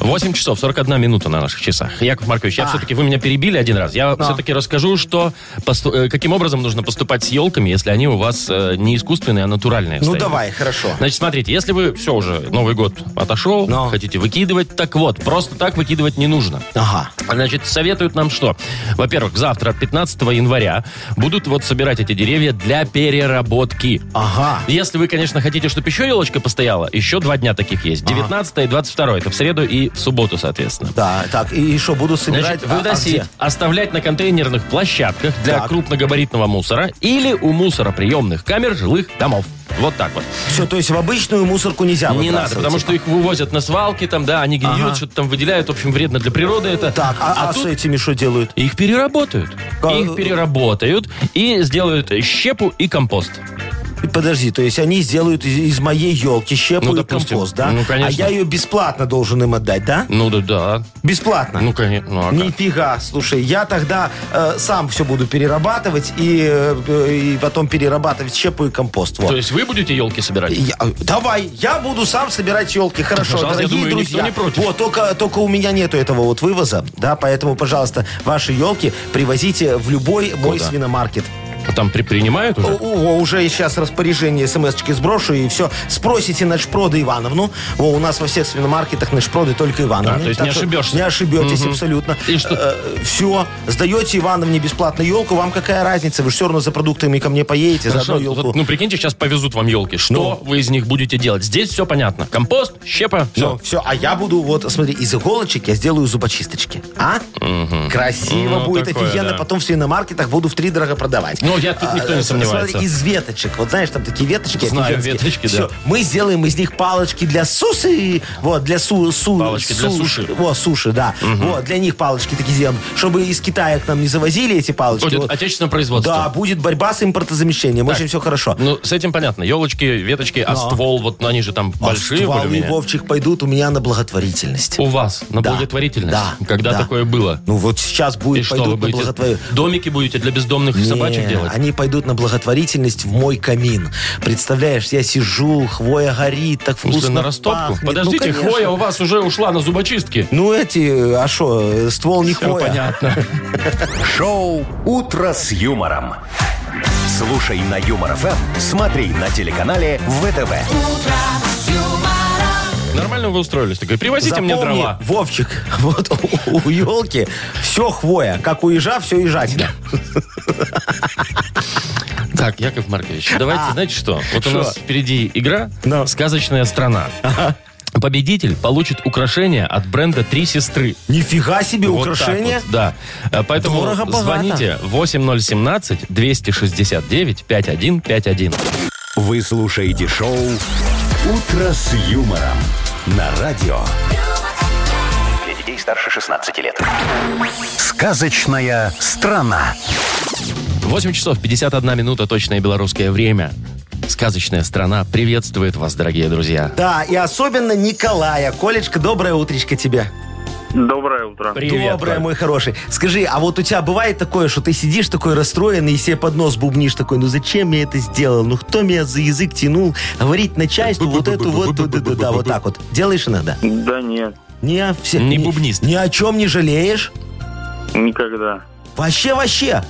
S1: 8 часов 41 минута на наших часах. Яков Маркович, я
S2: А.
S1: все-таки, вы меня перебили один раз. Я все-таки расскажу, что посту- э, каким образом нужно поступать с елками, если они у вас э, не искусственные, а натуральные.
S2: Ну
S1: стоят.
S2: давай, хорошо.
S1: Значит, смотрите, если вы все уже, Новый год отошел,
S2: Но.
S1: хотите выкидывать, так вот, просто так выкидывать не нужно.
S2: Ага.
S1: Значит, советуют нам что? Во-первых, завтра, 15 января, будут вот собирать эти деревья для переработки. А
S2: Ага.
S1: Если вы, конечно, хотите, чтобы еще елочка постояла, еще два дня таких есть. 19 и 22. Это в среду и в субботу, соответственно.
S2: Да, так, и что, буду собирать?
S1: Значит,
S2: А- а
S1: выносить,
S2: где?
S1: оставлять на контейнерных площадках для
S2: Так.
S1: крупногабаритного мусора или у мусороприемных камер жилых домов. Вот так вот.
S2: Все, то есть в обычную мусорку нельзя
S1: Не надо,
S2: выбрасывать? типа.
S1: потому что их вывозят на свалки, там, да, они гниют,
S2: Ага.
S1: что-то там выделяют. В общем, вредно для природы это.
S2: Так, а, а
S1: тут
S2: с этими что делают?
S1: их переработают.
S2: Ка-
S1: Их переработают и сделают щепу и компост.
S2: Подожди, то есть они сделают из, из моей елки щепу
S1: Ну,
S2: и
S1: допустим.
S2: компост, да?
S1: Ну, конечно.
S2: А я ее бесплатно должен им отдать, да?
S1: Ну да, да.
S2: Бесплатно?
S1: Ну, конечно. Ну, а как?
S2: Нифига, слушай, я тогда э, сам все буду перерабатывать и, э, и потом перерабатывать щепу и компост. Вот.
S1: То есть вы будете елки собирать?
S2: Я- э, давай, я буду сам собирать елки. Хорошо,
S1: Пожалуйста, я
S2: дорогие
S1: думаю, никто
S2: друзья.
S1: не против.
S2: Вот, только, только у меня нету этого вот вывоза, да, поэтому, пожалуйста, ваши елки привозите в любой мой
S1: Куда?
S2: свиномаркет.
S1: А Там при- принимают уже?
S2: О, о, уже сейчас распоряжение смс-очки сброшу и все. Спросите Начпрода Ивановну. О, у нас во всех свиномаркетах Начпроды только Ивановна.
S1: А, то есть не ошибешься.
S2: Не ошибетесь абсолютно.
S1: И что?
S2: все, сдаете Ивановне бесплатно елку, вам какая разница? Вы же все равно за продуктами ко мне поедете, за
S1: Хорошо.
S2: одну елку.
S1: Вот, ну, прикиньте, сейчас повезут вам елки. Что
S2: Ну.
S1: вы из них будете делать? Здесь все понятно. Компост, щепа, все.
S2: все. все, а я буду, вот, смотри, из иголочек я сделаю зубочисточки. А? Красиво
S1: Ну,
S2: будет,
S1: такое,
S2: офигенно.
S1: да.
S2: Потом в свиномаркетах буду в три дорого продавать. А, э,
S1: Ну, я тут никто не
S2: смотри,
S1: сомневается.
S2: из веточек. Вот знаешь, там такие веточки.
S1: Знаю,
S2: офигенские.
S1: веточки, да.
S2: Всё, Мы сделаем из них палочки для сусы. Вот, для су... су-
S1: Палочки для суши.
S2: Вот, суши, да. Вот, для них палочки такие сделаем. Чтобы из Китая к нам не завозили эти палочки.
S1: Будет
S2: Вот.
S1: отечественное производство.
S2: Да, будет борьба с импортозамещением. Очень все хорошо.
S1: Ну, с этим понятно. Елочки, веточки, а ствол, вот ну, они же там большие
S2: А стволы,
S1: более-менее.
S2: Вовчик, пойдут у меня на благотворительность.
S1: У вас на
S2: Да.
S1: благотворительность?
S2: Да.
S1: Когда
S2: Да.
S1: такое было?
S2: Ну вот сейчас
S1: И
S2: будет,
S1: что, вы
S2: пойдут на
S1: будете
S2: благотворительность.
S1: домики будете для бездомных и собачек делать? В смысле,
S2: вкусно
S1: на растопку?
S2: пахнет.
S1: Подождите,
S2: ну, конечно.
S1: хвоя у вас уже ушла на зубочистки.
S2: Ну эти, а что, ствол не
S1: Всё
S2: хвоя.
S1: понятно.
S3: Шоу «Утро с юмором». Слушай на Юмор ФМ, смотри на телеканале ВТВ.
S1: Нормально вы устроились. Такой, привозите мне
S2: Запомни,
S1: дрова.
S2: Вовчик, *laughs* вот у, елки все хвоя. Как у ежа, все ежатина.
S1: Так, Яков Маркович, давайте,
S2: А.
S1: знаете что? Вот у
S2: Что?
S1: нас впереди игра
S2: Ну.
S1: «Сказочная страна». Победитель получит украшение от бренда «Три сестры».
S2: Нифига себе
S1: Вот так
S2: украшение.
S1: вот, да. Э, Поэтому
S2: Дорого-богато.
S1: звоните 8017-269-5151.
S3: Вы слушаете шоу «Утро с юмором» на радио.
S5: Для детей старше 16 лет.
S3: Сказочная страна.
S1: 8 часов 51 минута, точное белорусское время. Сказочная страна приветствует вас, дорогие друзья.
S2: Да, и особенно Николая. Колечка, доброе утречко тебе.
S7: Доброе утро.
S1: Привет.
S2: Доброе,
S1: Коль.
S2: мой хороший. Скажи, а вот у тебя бывает такое, что ты сидишь такой расстроенный и себе под нос бубнишь такой, ну зачем я это сделал? Ну кто меня за язык тянул? Говорить начальству вот эту вот, да, да, да, да, вот так вот. Делаешь иногда?
S7: Да нет,
S2: Не, о все,
S1: Не
S2: ни-
S1: бубнист.
S2: Ни о чем не жалеешь?
S7: никогда.
S2: Вообще, вообще.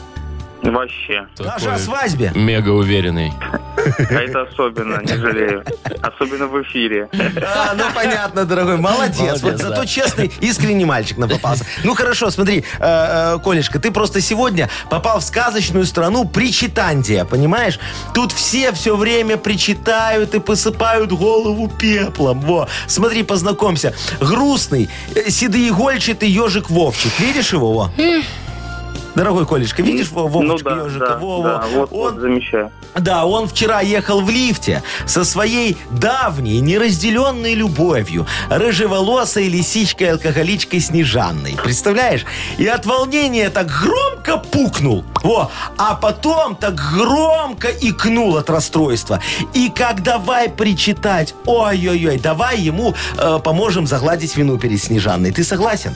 S7: Вообще.
S2: Даже
S1: Такой
S2: о свадьбе.
S1: Мега уверенный.
S7: А это особенно, не жалею. Особенно в эфире.
S2: А, ну понятно, дорогой, молодец.
S1: Молодец,
S2: вот
S1: да.
S2: зато честный, искренний мальчик нам попался. Ну хорошо, смотри, э, э, Колешка, ты просто сегодня попал в сказочную страну причитандия, понимаешь? Тут все все время причитают и посыпают голову пеплом. Во, смотри, познакомься. Грустный, э, седоигольчатый ежик Вовчик. Видишь его? Во? Дорогой Колешка, видишь Во-
S7: Ну
S2: Вовчика
S7: да,
S2: ежика?
S7: да,
S2: Во,
S7: да,
S2: во.
S7: вот, вот
S2: Он
S7: замечаю.
S2: да, он вчера ехал в лифте со своей давней, неразделенной любовью, рыжеволосой лисичкой-алкоголичкой Снежанной. Представляешь? И от волнения так громко пукнул. Во! А потом так громко икнул от расстройства. И как давай причитать, ой-ой-ой, давай ему э, поможем загладить вину перед Снежанной. Ты согласен?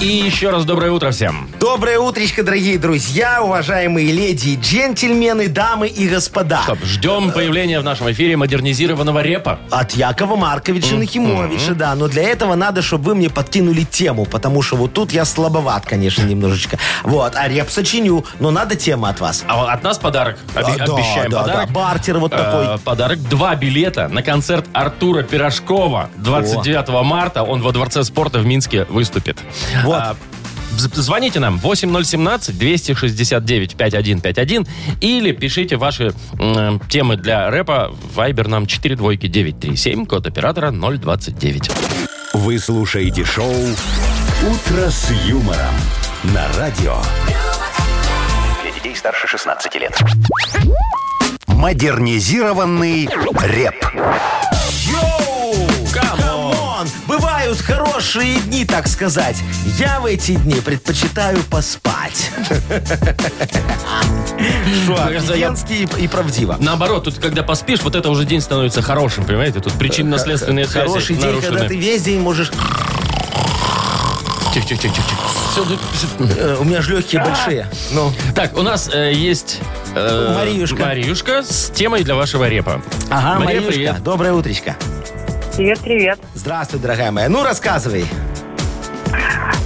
S1: И еще раз доброе утро всем.
S2: Доброе утречко, дорогие друзья, уважаемые леди и джентльмены, дамы и господа.
S1: Стоп, ждем появления в нашем эфире модернизированного репа.
S2: От Якова Марковича Нахимовича, да. Но для этого надо, чтобы вы мне подкинули тему, потому что вот тут я слабоват, конечно, немножечко. Вот, а реп сочиню, но надо тема от вас.
S1: А от нас подарок. Обе-
S2: А, да,
S1: обещаем
S2: да,
S1: подарок.
S2: да, бартер вот
S1: Э,
S2: такой.
S1: подарок. Два билета на концерт Артура Пирожкова 29 марта. Он во Дворце спорта в Минске выступит. А,
S2: Вот.
S1: з- Звоните нам 8017-269-5151 или пишите ваши м, темы для рэпа в Viber нам 42937, код оператора 029.
S3: Вы слушаете шоу «Утро с юмором» на радио
S5: Для детей старше 16 лет.
S3: «Модернизированный реп».
S2: Йоу! Камон! Бывают хорошие дни, так сказать. Я в эти дни предпочитаю поспать. Шо, офигенски и- и правдиво.
S1: Наоборот, тут когда поспишь, вот это уже день становится хорошим, понимаете? Тут причинно-следственные связи
S2: Хороший день, когда ты весь день можешь... Э, У меня же легкие большие. Ну,
S1: ну, Так, у нас э, есть... э,
S2: Мариюшка.
S1: Мариюшка с темой для вашего репа.
S2: ага,
S1: Мария,
S2: Мариюшка,
S1: привет.
S2: доброе утречко.
S8: Привет, привет.
S2: Здравствуй, дорогая моя. Ну, рассказывай.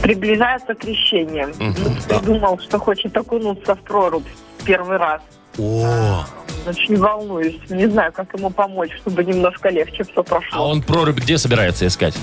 S8: Приближается крещение. Муж придумал, что хочет окунуться в прорубь в первый раз.
S2: О,
S8: Очень волнуюсь. Не знаю, как ему помочь, чтобы немножко легче все прошло.
S1: А он прорубь где собирается искать?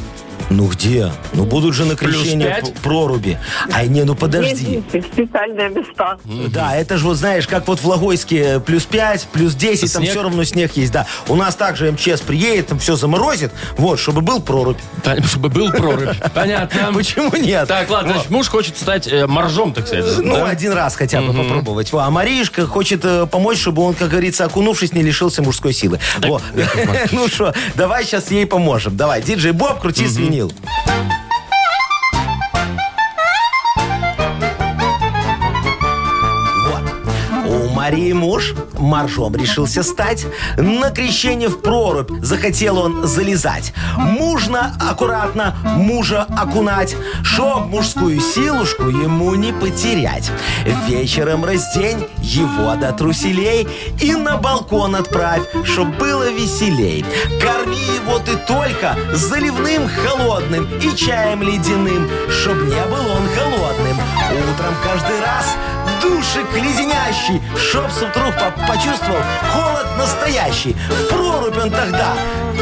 S2: Ну где? Ну будут же на крещение
S1: пять?
S2: п- проруби. Ай, не, ну подожди.
S8: Есть специальные места.
S2: Да, это же вот знаешь, как вот в Логойске э, плюс 5, плюс 10,
S1: Это
S2: там
S1: снег?
S2: все равно снег есть, да. У нас также МЧС приедет, там все заморозит, вот, чтобы был прорубь. *laughs*
S1: Пон- Чтобы был прорубь. Понятно.
S2: Почему нет?
S1: Так, ладно, значит, муж хочет стать э, моржом, так сказать.
S2: Ну,
S1: да?
S2: один раз хотя бы попробовать. Во, А Маришка хочет э, помочь, чтобы он, как говорится, окунувшись, не лишился мужской силы. Во. *laughs* Ну что, давай сейчас ей поможем. Давай, диджей Боб, крути свинил. Вот. У Марии муж моржом решился стать. На крещение в прорубь захотел он залезать. Мужно, аккуратно мужа окунать, чтоб мужскую силушку ему не потерять. Вечером раздень его до труселей и на балкон отправь, чтоб было веселей. Корми его ты только заливным холодным и чаем ледяным, чтоб не был он холодным. Утром каждый раз душик леденящий, чтоб с утра по- почувствовал холод настоящий. В прорубь он тогда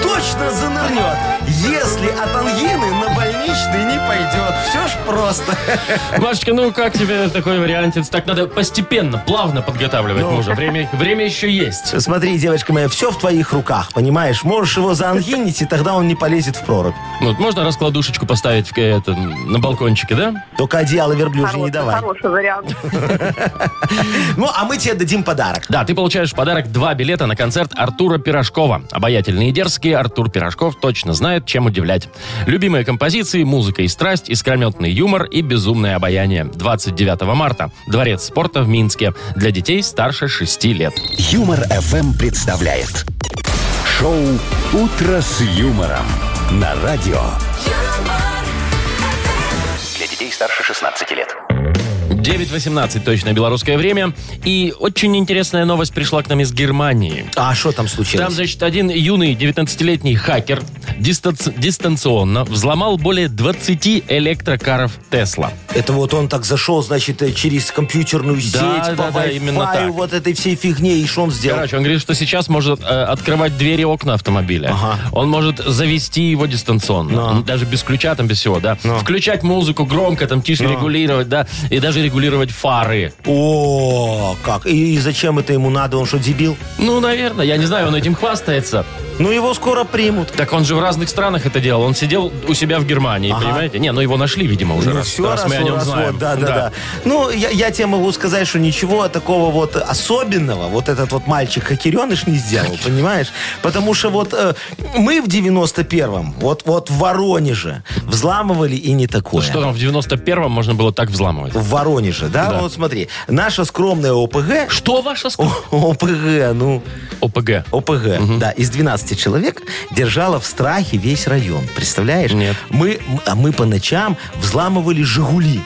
S2: точно занырнет, если от ангины на больничный не пойдет. Все ж просто. э.
S1: Машечка, ну как тебе такой вариантец? Так надо постепенно, плавно подготавливать
S2: Ну.
S1: мужа. Время, время еще есть.
S2: *laughs* Смотри, девочка моя, все в твоих руках, понимаешь? Можешь его заангинить, и тогда он не полезет в прорубь.
S1: Ну, вот можно раскладушечку поставить в, э, это, на балкончике, да?
S2: Только одеяло верблюжье не
S8: Хороший,
S2: давай.
S8: хороший вариант.
S2: Ну, а мы тебе дадим подарок.
S1: Да, ты получаешь в подарок два билета на концерт Артура Пирожкова. Обаятельный и дерзкий Артур Пирожков точно знает, чем удивлять. Любимые композиции, музыка и страсть, искрометный юмор и безумное обаяние. 29 марта. Дворец спорта в Минске. Для детей старше 6 лет.
S3: Юмор FM представляет шоу Утро с юмором на радио.
S4: юмор,
S5: Для детей старше 16 лет.
S1: 9.18 точно белорусское время. И очень интересная новость пришла к нам из Германии.
S2: А что
S1: Там,
S2: там случилось?
S1: значит, один юный 19-летний хакер дистанци- дистанционно взломал более 20 электрокаров Тесла.
S2: Это вот он так зашел, значит, э, через компьютерную сеть,
S1: Да,
S2: по
S1: да, да,
S2: Wi-Fi,
S1: именно так.
S2: вот этой всей фигне, и что он сделал?
S1: Короче, он говорит, что сейчас может э, открывать двери и окна автомобиля.
S2: Ага.
S1: Он может завести его дистанционно.
S2: Ну.
S1: Даже без ключа, там, без всего, да. Включать музыку громко, там, тише регулировать, да. И даже регулировать фары.
S2: О, как? И, зачем это ему надо? Он что, дебил?
S1: Ну, наверное, я не знаю, он этим хвастается.
S2: Ну, его скоро примут.
S1: Так он же в разных странах это делал. Он сидел у себя в Германии, понимаете? Не, ну его нашли, видимо, уже.
S2: Ну,
S1: раз,
S2: все,
S1: раз
S2: раз,
S1: мы о
S2: вот,
S1: нем
S2: раз,
S1: знаем.
S2: вот, да, да, да, Ну, я, я тебе могу сказать, что ничего такого вот особенного вот этот вот мальчик-хакереныш не сделал, понимаешь? Потому что вот э, мы в 91-м, вот, вот в Воронеже, взламывали и не такое.
S1: Что там в 91-м можно было так взламывать?
S2: В Воронеже, да? Вот смотри, наша скромная ОПГ... *laughs*
S1: Что ваша ск-
S2: О, ОПГ, ну...
S1: ОПГ?
S2: ОПГ, да, из 12 человек держала в страхе весь район. Представляешь?
S1: Нет.
S2: Мы, м- а мы по ночам взламывали «Жигули».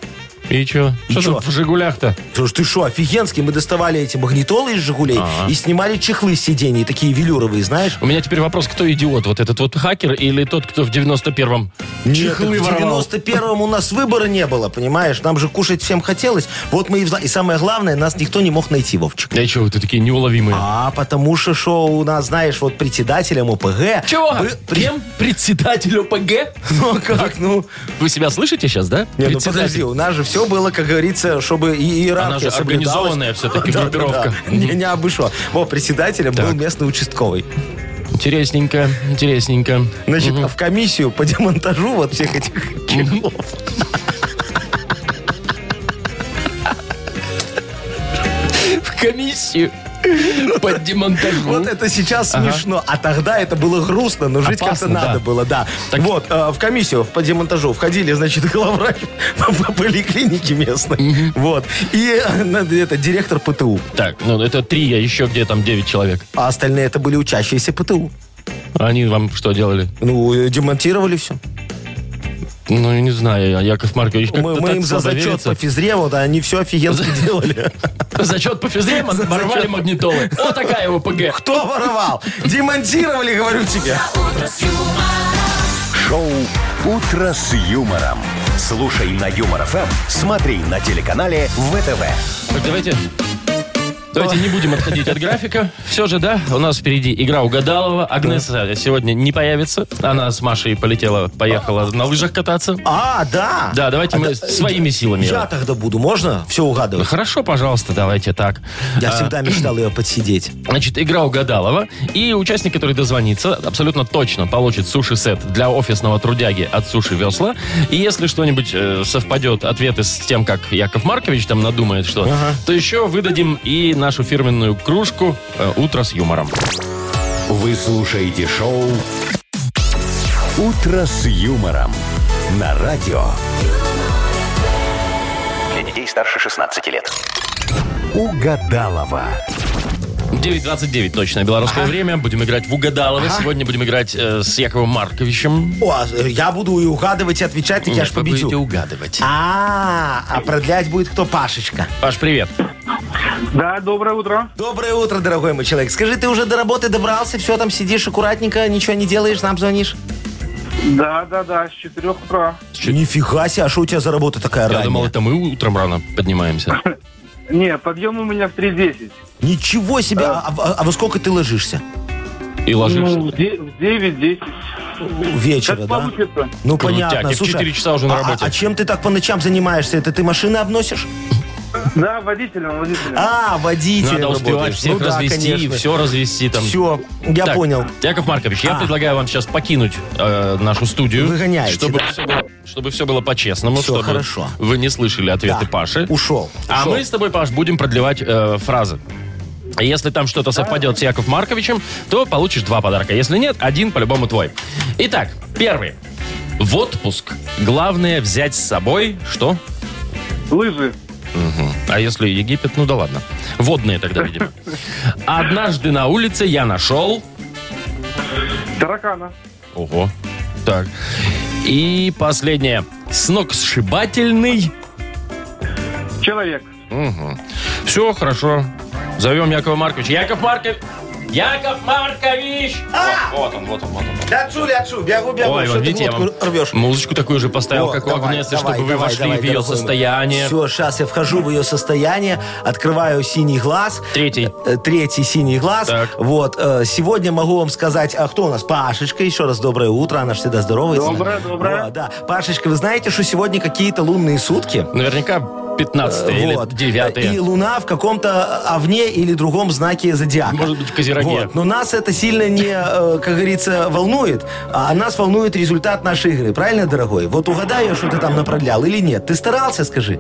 S1: И чё? Что
S2: чё?
S1: там в «Жигулях»-то?
S2: Потому что ты что, офигенский, мы доставали эти магнитолы из «Жигулей» и снимали чехлы с сидений, такие велюровые, знаешь?
S1: У меня теперь вопрос, кто идиот? Вот этот вот хакер или тот, кто в 91-м чехлы
S2: Нет,
S1: воровал?
S2: В 91-м у нас выбора не было, понимаешь? Нам же кушать всем хотелось. Вот мы и взла- И самое главное, нас никто не мог найти, Вовчик.
S1: Да и чё вы тут такие неуловимые?
S2: А, потому что, шо у нас, знаешь, вот председателем ОПГ...
S1: Чего?
S2: был- при-
S1: Кем? Председатель ОПГ?
S2: *laughs* Ну, как, ну...
S1: Вы себя слышите сейчас, да?
S2: Не, ну
S1: Председатель.
S2: подожди, у нас же все было, как говорится, чтобы и- иерархия
S1: Она же
S2: соблюдалась.
S1: организованная всё-таки
S2: Да, да,
S1: группировка.
S2: да. Не, не абы шо. Во, председателем был местный участковый.
S1: Интересненько, интересненько.
S2: Значит, в комиссию по демонтажу вот всех этих чехлов.
S1: В комиссию под демонтажу.
S2: Вот это сейчас смешно, а тогда это было грустно, но жить как-то
S1: Опасно,
S2: надо
S1: да.
S2: было, да.
S1: Так-
S2: Вот, э, в комиссию по демонтажу входили, значит, *laughs* главврач по- по поликлинике местной, вот, и э, надо- это директор ПТУ,
S1: Так, ну это три, а еще где там 9 человек.
S2: а остальные это были учащиеся ПТУ.
S1: Они вам что делали?
S2: Ну, э, демонтировали все.
S1: Ну, я не знаю, я- Яков Маркович как-то
S2: Мы, мы
S1: так
S2: им
S1: слабо
S2: за зачет
S1: верится.
S2: по физре, вот а они все офигенно
S1: *laughs*
S2: делали.
S1: Зачет по физре
S2: *laughs*
S1: мон- ворвали магнитолы. О, такая ОПГ.
S2: Кто воровал? Демонтировали, говорю тебе.
S3: Шоу Утро с юмором. Слушай на Юмор ФМ, смотри на телеканале ВТВ.
S1: Так, давайте Давайте не будем отходить от графика. Все же, да, у нас впереди игра угадалова. Агнеса сегодня не появится. Она с Машей полетела, поехала на лыжах кататься.
S2: А, да.
S1: Да, давайте мы своими силами.
S2: Я тогда буду, можно
S1: *laughs*
S2: все угадывать?
S1: Хорошо, пожалуйста, давайте так.
S2: Я всегда мечтал ее подсидеть.
S1: Значит, игра угадалова. И участник, который дозвонится, абсолютно точно получит суши-сет для офисного трудяги от Суши Весла. И если что-нибудь э, совпадет, ответы с тем, как Яков Маркович там надумает что, то еще выдадим и нашу фирменную кружку э, «Утро с юмором».
S3: Вы слушаете шоу «Утро с юмором» на радио.
S5: Для детей старше 16 лет.
S3: Угадалова.
S1: 9.29 точное белорусское время. Будем играть в угадалово. Сегодня будем играть э, с Яковом Марковичем.
S2: О, а, э, я буду и угадывать, и отвечать, так я ж
S1: Вы будете
S2: победю.
S1: угадывать.
S2: А, а продлять будет кто? Пашечка.
S1: Паш, привет.
S7: Да, доброе утро.
S2: Доброе утро, дорогой мой человек. Скажи, ты уже до работы добрался, все там сидишь аккуратненько, ничего не делаешь, нам звонишь?
S7: Да, да, да, с 4 утра.
S1: Чё-
S2: Нифига себе, а что у тебя за работа такая
S1: Я
S2: ранняя?
S1: думал, это мы утром рано поднимаемся.
S7: Не, подъем у меня в 3.10.
S2: Ничего себе, а, а- а во сколько ты ложишься?
S1: И ложишься.
S7: Ну, в де- в 9.10.
S2: Вечера,
S7: Как
S2: да?
S7: получится.
S2: Ну,
S1: Крутяк,
S2: понятно.
S1: и в
S2: Слушай,
S1: 4 часа уже на
S2: а- а-
S1: работе.
S2: А, чем ты так по ночам занимаешься? Это ты машины обносишь?
S7: Да, водителем, водителем.
S2: А, водитель
S1: Надо успевать
S2: Ну
S1: всех развести, все развести там.
S2: Все, я
S1: Так,
S2: понял.
S1: Яков Маркович, я
S2: А.
S1: предлагаю вам сейчас покинуть э, нашу студию.
S2: Выгоняете,
S1: чтобы,
S2: да?
S1: все было, чтобы все было по-честному,
S2: Всё,
S1: чтобы
S2: хорошо.
S1: вы не слышали ответы
S2: Да,
S1: Паши.
S2: Ушел.
S1: А
S2: ушел.
S1: мы с тобой, Паш, будем продлевать э, фразы. Если там что-то совпадет с Яков Марковичем, то получишь два подарка. Если нет, один по-любому твой. Итак, первый. В отпуск главное взять с собой что?
S7: Лыжи.
S1: А если Египет, ну да ладно. Водные тогда, видимо. Однажды на улице я нашел...
S7: Таракана.
S1: Ого. Так. И последнее. Сногсшибательный...
S7: Человек.
S1: Все, хорошо. Зовем Якова Марковича. Яков Маркович! Яков Маркович! Вот, вот он, вот он, вот он.
S2: Дячу, дячу, бягу, бягу.
S1: Ой,
S2: что
S1: вот
S2: А! ты
S1: видите, я вам
S2: глотку рвешь.
S1: музычку такую же поставил, как у Агнесы, чтобы вы вошли в ее состояние.
S2: Все, сейчас я вхожу в ее состояние, открываю синий глаз.
S1: Третий.
S2: э, Третий синий глаз.
S1: Так.
S2: Вот. э, Сегодня могу вам сказать, а кто у нас? Пашечка. Еще раз доброе утро. Она ж всегда здоровается.
S7: Доброе, доброе.
S2: Вот, да. Пашечка, вы знаете, что сегодня какие-то лунные сутки?
S1: Наверняка 15
S2: Э, Вот.
S1: или 9
S2: И луна в каком-то овне или другом знаке зодиака.
S1: Может быть, в Козероге.
S2: Вот. Но нас это сильно не, э, как говорится, волнует, а нас волнует результат нашей игры. Правильно, дорогой? Вот угадай, я, что ты там направлял или нет. Ты старался, скажи?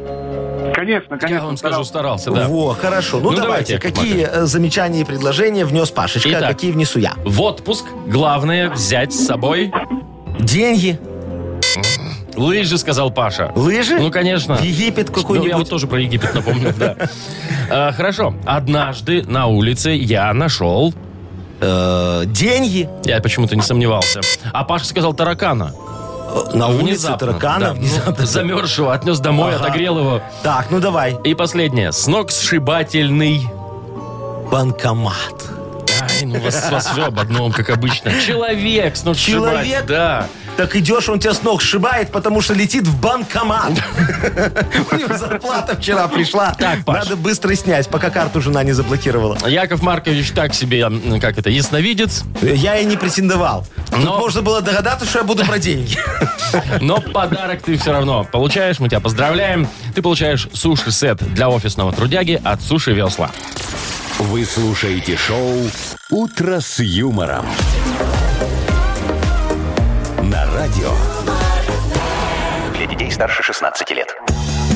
S7: Конечно, конечно.
S1: Я вам скажу, старался, да.
S2: Во, хорошо. Ну,
S1: Ну, давайте,
S2: давайте,
S1: Яков
S2: какие э, замечания и предложения внес Пашечка,
S1: Итак.
S2: а какие внесу я?
S1: В отпуск главное взять с собой
S2: Деньги,
S1: лыжи, сказал Паша.
S2: лыжи,
S1: Ну, конечно.
S2: Египет
S1: Ну, я
S2: какой-нибудь.
S1: вот тоже про Египет напомнил, *laughs* да. А, Хорошо. Однажды на улице я нашел...
S2: Э, деньги
S1: Я почему-то не сомневался. А Паша сказал таракана.
S2: э, на улице, таракана,
S1: да.
S2: внезапно.
S1: Ну, замерзшего, отнес домой,
S2: Ага.
S1: отогрел его.
S2: Так, ну давай.
S1: И последнее. С ног сшибательный...
S2: Банкомат.
S1: Ай, ну вас, вас все об одном, как обычно. Человек, с ног
S2: Человек?
S1: сшибать, Да.
S2: Так идешь, он тебя с ног сшибает, потому что летит в
S1: *laughs*
S2: банкомат. У него зарплата вчера пришла.
S1: Так, Паш.
S2: Надо быстро снять, пока карту жена не заблокировала.
S1: Яков Маркович так себе, м, как это, ясновидец,
S2: Я и не претендовал. Тут
S1: Но-
S2: можно было догадаться, что я буду про
S1: *laughs*
S2: деньги.
S1: но подарок ты все равно получаешь. Мы тебя поздравляем. Ты получаешь суши-сет для офисного трудяги от Суши Весла.
S3: Вы слушаете шоу «Утро с юмором». На радио.
S5: Для детей старше 16 лет.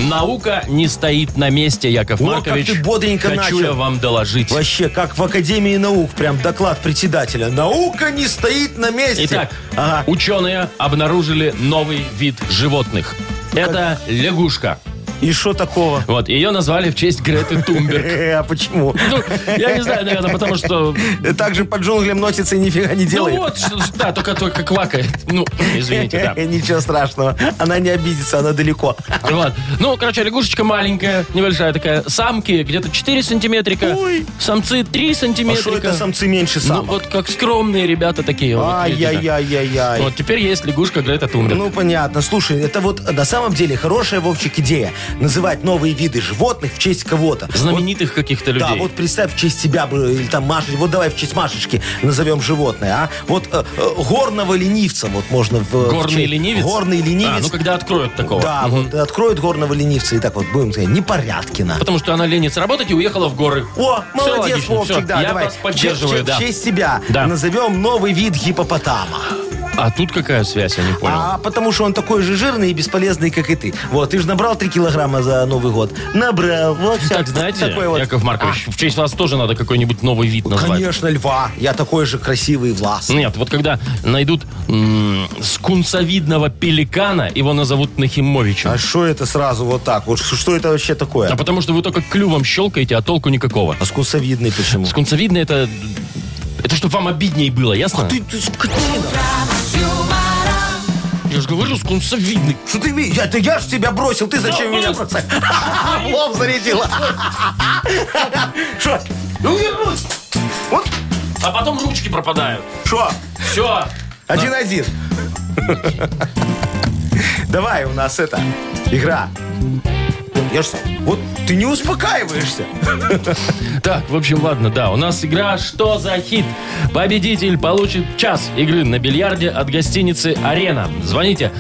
S1: Наука не стоит на месте, Яков
S2: О,
S1: Маркович.
S2: как ты бодренько
S1: Хочу
S2: начал.
S1: я вам доложить.
S2: Вообще, как в Академии наук, прям доклад председателя. Наука не стоит на месте.
S1: Итак,
S2: Ага.
S1: ученые обнаружили новый вид животных. Это лягушка.
S2: И что такого? *laughs*
S1: Вот, ее назвали в честь Греты Тумберг.
S2: Э, а почему?
S1: Ну, я не знаю, наверное, потому что
S2: Так же по джунглям носится и нифига не
S1: Ну
S2: делает.
S1: вот, что- да, только, только квакает. Ну, извините, да.
S2: *laughs* Ничего страшного. Она не обидится, она далеко.
S1: Вот. Ну, короче, лягушечка маленькая, небольшая такая. Самки где-то 4 сантиметрика.
S2: Ой.
S1: Самцы 3
S2: А
S1: сантиметрика.
S2: что это самцы меньше
S1: Ну,
S2: самок?
S1: вот как скромные ребята такие. вот, видите, да.
S2: Ай-яй-яй-яй-яй.
S1: Вот теперь есть лягушка Грета Тунберг.
S2: Ну, понятно. Слушай, это вот на самом деле хорошая, Вовчик, идея. называть новые виды животных в честь кого-то.
S1: Знаменитых каких-то людей.
S2: Да, вот представь, в честь тебя бы, или там Машечки, вот давай в честь Машечки назовем животное, а? Вот э, э, горного ленивца вот можно в... в
S1: Горный
S2: честь-
S1: ленивец?
S2: Горный ленивец.
S1: А, ну когда откроют такого.
S2: Да,
S1: Мгм.
S2: вот откроют горного ленивца и так вот будем сказать, Непорядкина.
S1: Потому что она ленится работать и уехала в горы.
S2: О,
S1: Всё
S2: молодец,
S1: логично,
S2: Вовчик,
S1: всё.
S2: да,
S1: Я
S2: давай.
S1: вас поддерживаю,
S2: в, честь-
S1: да.
S2: в честь тебя
S1: Да.
S2: назовем новый вид гипопотама.
S1: А тут какая связь, я не понял.
S2: А потому что он такой же жирный и бесполезный, как и ты. Вот, ты же набрал 3 килограмма за Новый год. Набрал. Вот всё.
S1: Ну, Так, знаете,
S2: Такой вот.
S1: Яков Маркович, в честь вас тоже надо какой-нибудь новый вид
S2: А,
S1: назвать.
S2: Конечно, льва. Я такой же красивый и властный.
S1: Нет, вот когда найдут м, скунсовидного пеликана, его назовут Нахимовичем.
S2: А что это сразу вот так? Вот ш- что это вообще такое?
S1: А потому что вы только клювом щелкаете, а толку никакого.
S2: А скусовидный почему?
S1: Скунсовидный это... Это чтобы вам обидней было, ясно?
S2: А? Ты, ты скотина.
S1: Я же говорю, скунсовидный.
S2: Что ты ми- Я, ты, я ж тебя бросил, ты зачем меня бросил? *laughs* В лоб зарядила. *laughs* Что? Ну вернусь. Вот
S1: А потом ручки пропадают.
S2: что?
S1: Все.
S2: Один-один. Давай, у нас это, игра. Я ж- вот ты не успокаиваешься.
S1: Так, в общем, ладно, да. У нас игра «Что за хит?». Победитель получит час игры на бильярде от гостиницы «Арена». Звоните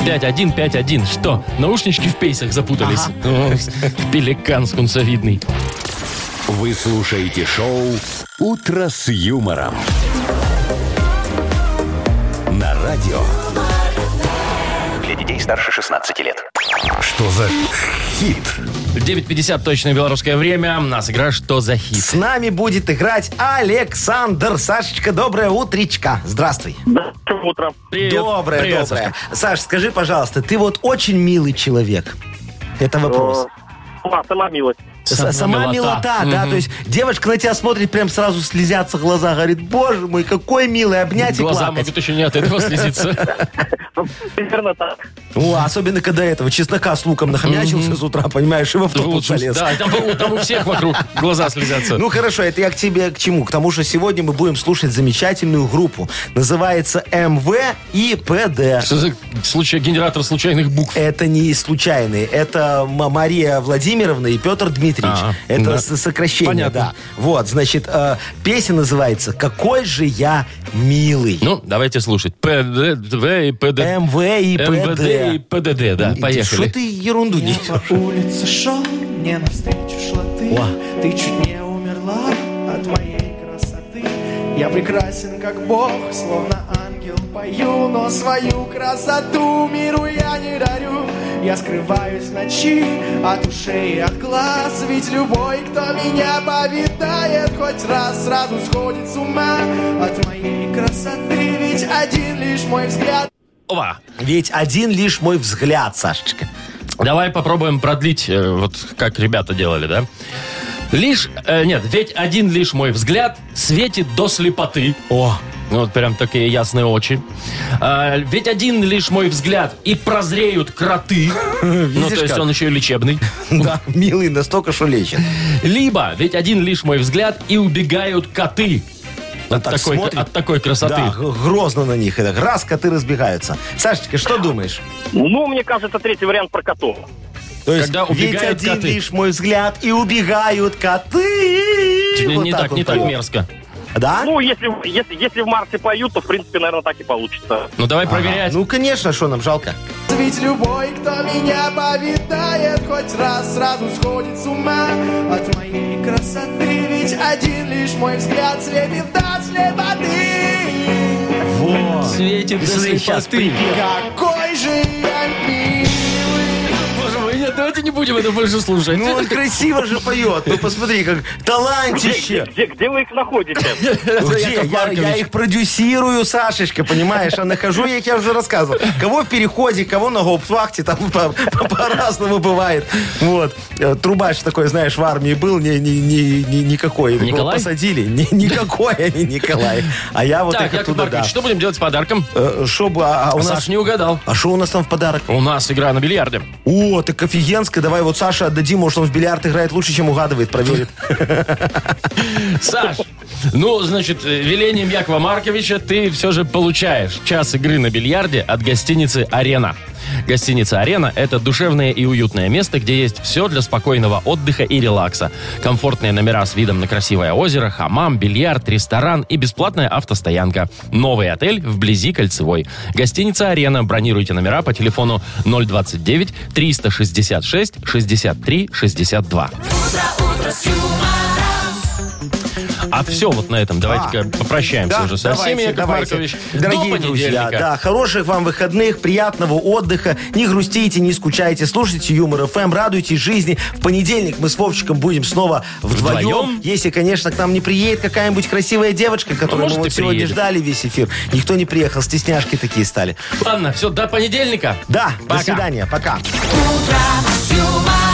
S1: 8017-269-5151. Что, наушнички в пейсах запутались? О, Пеликан скунсовидный.
S3: Вы слушаете шоу «Утро с юмором». На радио.
S5: Для детей старше 16 лет.
S3: Что за хит?
S1: 9.50 точное белорусское время. У нас игра «Что за хит?».
S2: С нами будет играть Александр. Сашечка, доброе утречко. Здравствуй.
S6: Доброе утро.
S1: Привет.
S2: доброе,
S1: Привет,
S2: доброе.
S1: Сашка.
S2: Саш, скажи, пожалуйста, ты вот очень милый человек. Это вопрос.
S6: Ла, сама милость.
S2: С-
S1: Сама
S2: Сама,
S1: милота,
S2: милота, да,
S1: мгм.
S2: то есть девочка на тебя смотрит, прям сразу слезятся глаза, говорит, боже мой, какой милый, обнять и
S1: Глаза
S2: плакать.
S1: могут еще не от этого слезиться.
S6: Примерно так.
S2: О, Ну, особенно когда этого чеснока с луком нахомячился с утра, понимаешь, и в автобус залез.
S1: Да, там, у- там у всех вокруг глаза слезятся.
S2: Ну хорошо, это я к тебе к чему? К тому, что сегодня мы будем слушать замечательную группу. Называется МВ и ПД.
S1: Что за случай, генератор случайных букв?
S2: Это не случайные. Это М- Мария Владимировна и Петр Дмитриевич.
S1: А,
S2: это
S1: да.
S2: с- сокращение,
S1: Понятно.
S2: да. Вот, значит, э, песня называется «Какой же я милый».
S1: Ну, давайте слушать. ПДВ и ПД.
S2: МВ и
S1: МВД и
S2: ПД.
S1: ПДД, да,
S2: Что
S1: поехали.
S2: ты ерунду не
S9: По улице шел, мне навстречу шла ты.
S2: О.
S9: Ты чуть не умерла от моей красоты. Я прекрасен, как бог, словно ангел пою, но свою красоту миру я не дарю. Я скрываюсь в ночи от ушей и от глаз, ведь любой, кто меня повидает хоть раз, сразу сходит с ума от моей красоты, ведь один лишь мой взгляд
S1: Ова.
S2: Ведь один лишь мой взгляд, Сашечка.
S1: Давай попробуем продлить, э, вот как ребята делали, да? Лишь, э, нет, ведь один лишь мой взгляд светит до слепоты.
S2: О,
S1: Ну, Вот прям такие ясные очи. А, ведь один лишь мой взгляд и прозреют
S2: *laughs*
S1: кроты. Ну, то есть
S2: как?
S1: он еще и лечебный.
S2: да, *laughs* милый настолько, что лечит.
S1: Либо ведь один лишь мой взгляд и убегают коты. От,
S2: так
S1: такой,
S2: смотрит.
S1: от такой красоты.
S2: Да, г- грозно на них. Это раз коты разбегаются. Сашечка, что думаешь?
S6: Ну, мне кажется, третий вариант про котов.
S2: То
S1: Когда
S2: ведь
S1: убегают
S2: один
S1: коты.
S2: лишь мой взгляд и убегают коты.
S1: Не,
S2: Вот
S1: не так,
S2: вот
S1: не так
S2: поет.
S1: мерзко.
S2: Да?
S6: Ну, если, если, если в марте поют, то, в принципе, наверное, так и получится.
S1: Ну давай проверять.
S2: Ну, конечно, что нам жалко.
S9: Ведь любой, кто меня повидает хоть раз, сразу сходит с ума от моей красоты. Ведь один лишь мой взгляд слепит до слепоты.
S2: Вот.
S1: Светит
S2: И
S1: до
S2: смотри, щас
S1: слепоты.
S2: припев.
S9: Какой же я милый.
S1: Боже мой, нет, давайте не будем это больше слушать.
S2: Ну, он красиво же поет. Ну, посмотри, как
S6: Где,
S2: талантище.
S6: где, где вы их находите?
S2: Где?
S1: Яков
S2: Я, я
S1: Маркович.
S2: их продюсирую, Сашечка, понимаешь? А нахожу я их, я уже рассказывал. Кого в переходе, кого на гауптвахте, там по- по- по-разному бывает. Вот. Э, Трубач такой, знаешь, в армии был, не, не, не, не- никакой. Его
S1: Николай?
S2: посадили. Не- никакой, а не Николай. А я вот
S1: Так,
S2: их
S1: Яков
S2: оттуда,
S1: Маркович,
S2: да.
S1: что будем делать с подарком?
S2: Э, шо бы, а, а у
S1: Саш
S2: нас...
S1: не угадал.
S2: А что у нас там в подарок?
S1: У нас игра на бильярде.
S2: О, так офигенская. Давай вот Саше отдадим, может, он в бильярд играет лучше, чем угадывает, проверит.
S1: Саш, ну, значит, э, велением Якова Марковича ты все же получаешь час игры на бильярде от гостиницы «Арена». Гостиница «Арена» — это душевное и уютное место, где есть все для спокойного отдыха и релакса. Комфортные номера с видом на красивое озеро, хамам, бильярд, ресторан и бесплатная автостоянка. Новый отель вблизи Кольцевой. Гостиница «Арена». Бронируйте номера по телефону 029 366 63 62. А все вот на этом. Давайте-ка попрощаемся
S2: А. Да,
S1: уже со всеми,
S2: давайте,
S1: Яков
S2: давайте.
S1: Маркович.
S2: Дорогие
S1: До
S2: друзья,
S1: понедельника.
S2: да, хороших вам выходных, приятного отдыха. Не грустите, не скучайте, слушайте Юмор ФМ, радуйтесь жизни. В понедельник мы с Вовчиком будем снова вдвоем.
S1: Вдвоем?
S2: Если, конечно, к нам не приедет какая-нибудь красивая девочка, которую
S1: может,
S2: мы
S1: и
S2: вот сегодня
S1: Ну, приедет.
S2: ждали весь эфир. Никто не приехал, стесняшки такие стали.
S1: Ладно, все, до понедельника.
S2: Да,
S1: Пока.
S2: до свидания, пока.
S4: Юмор.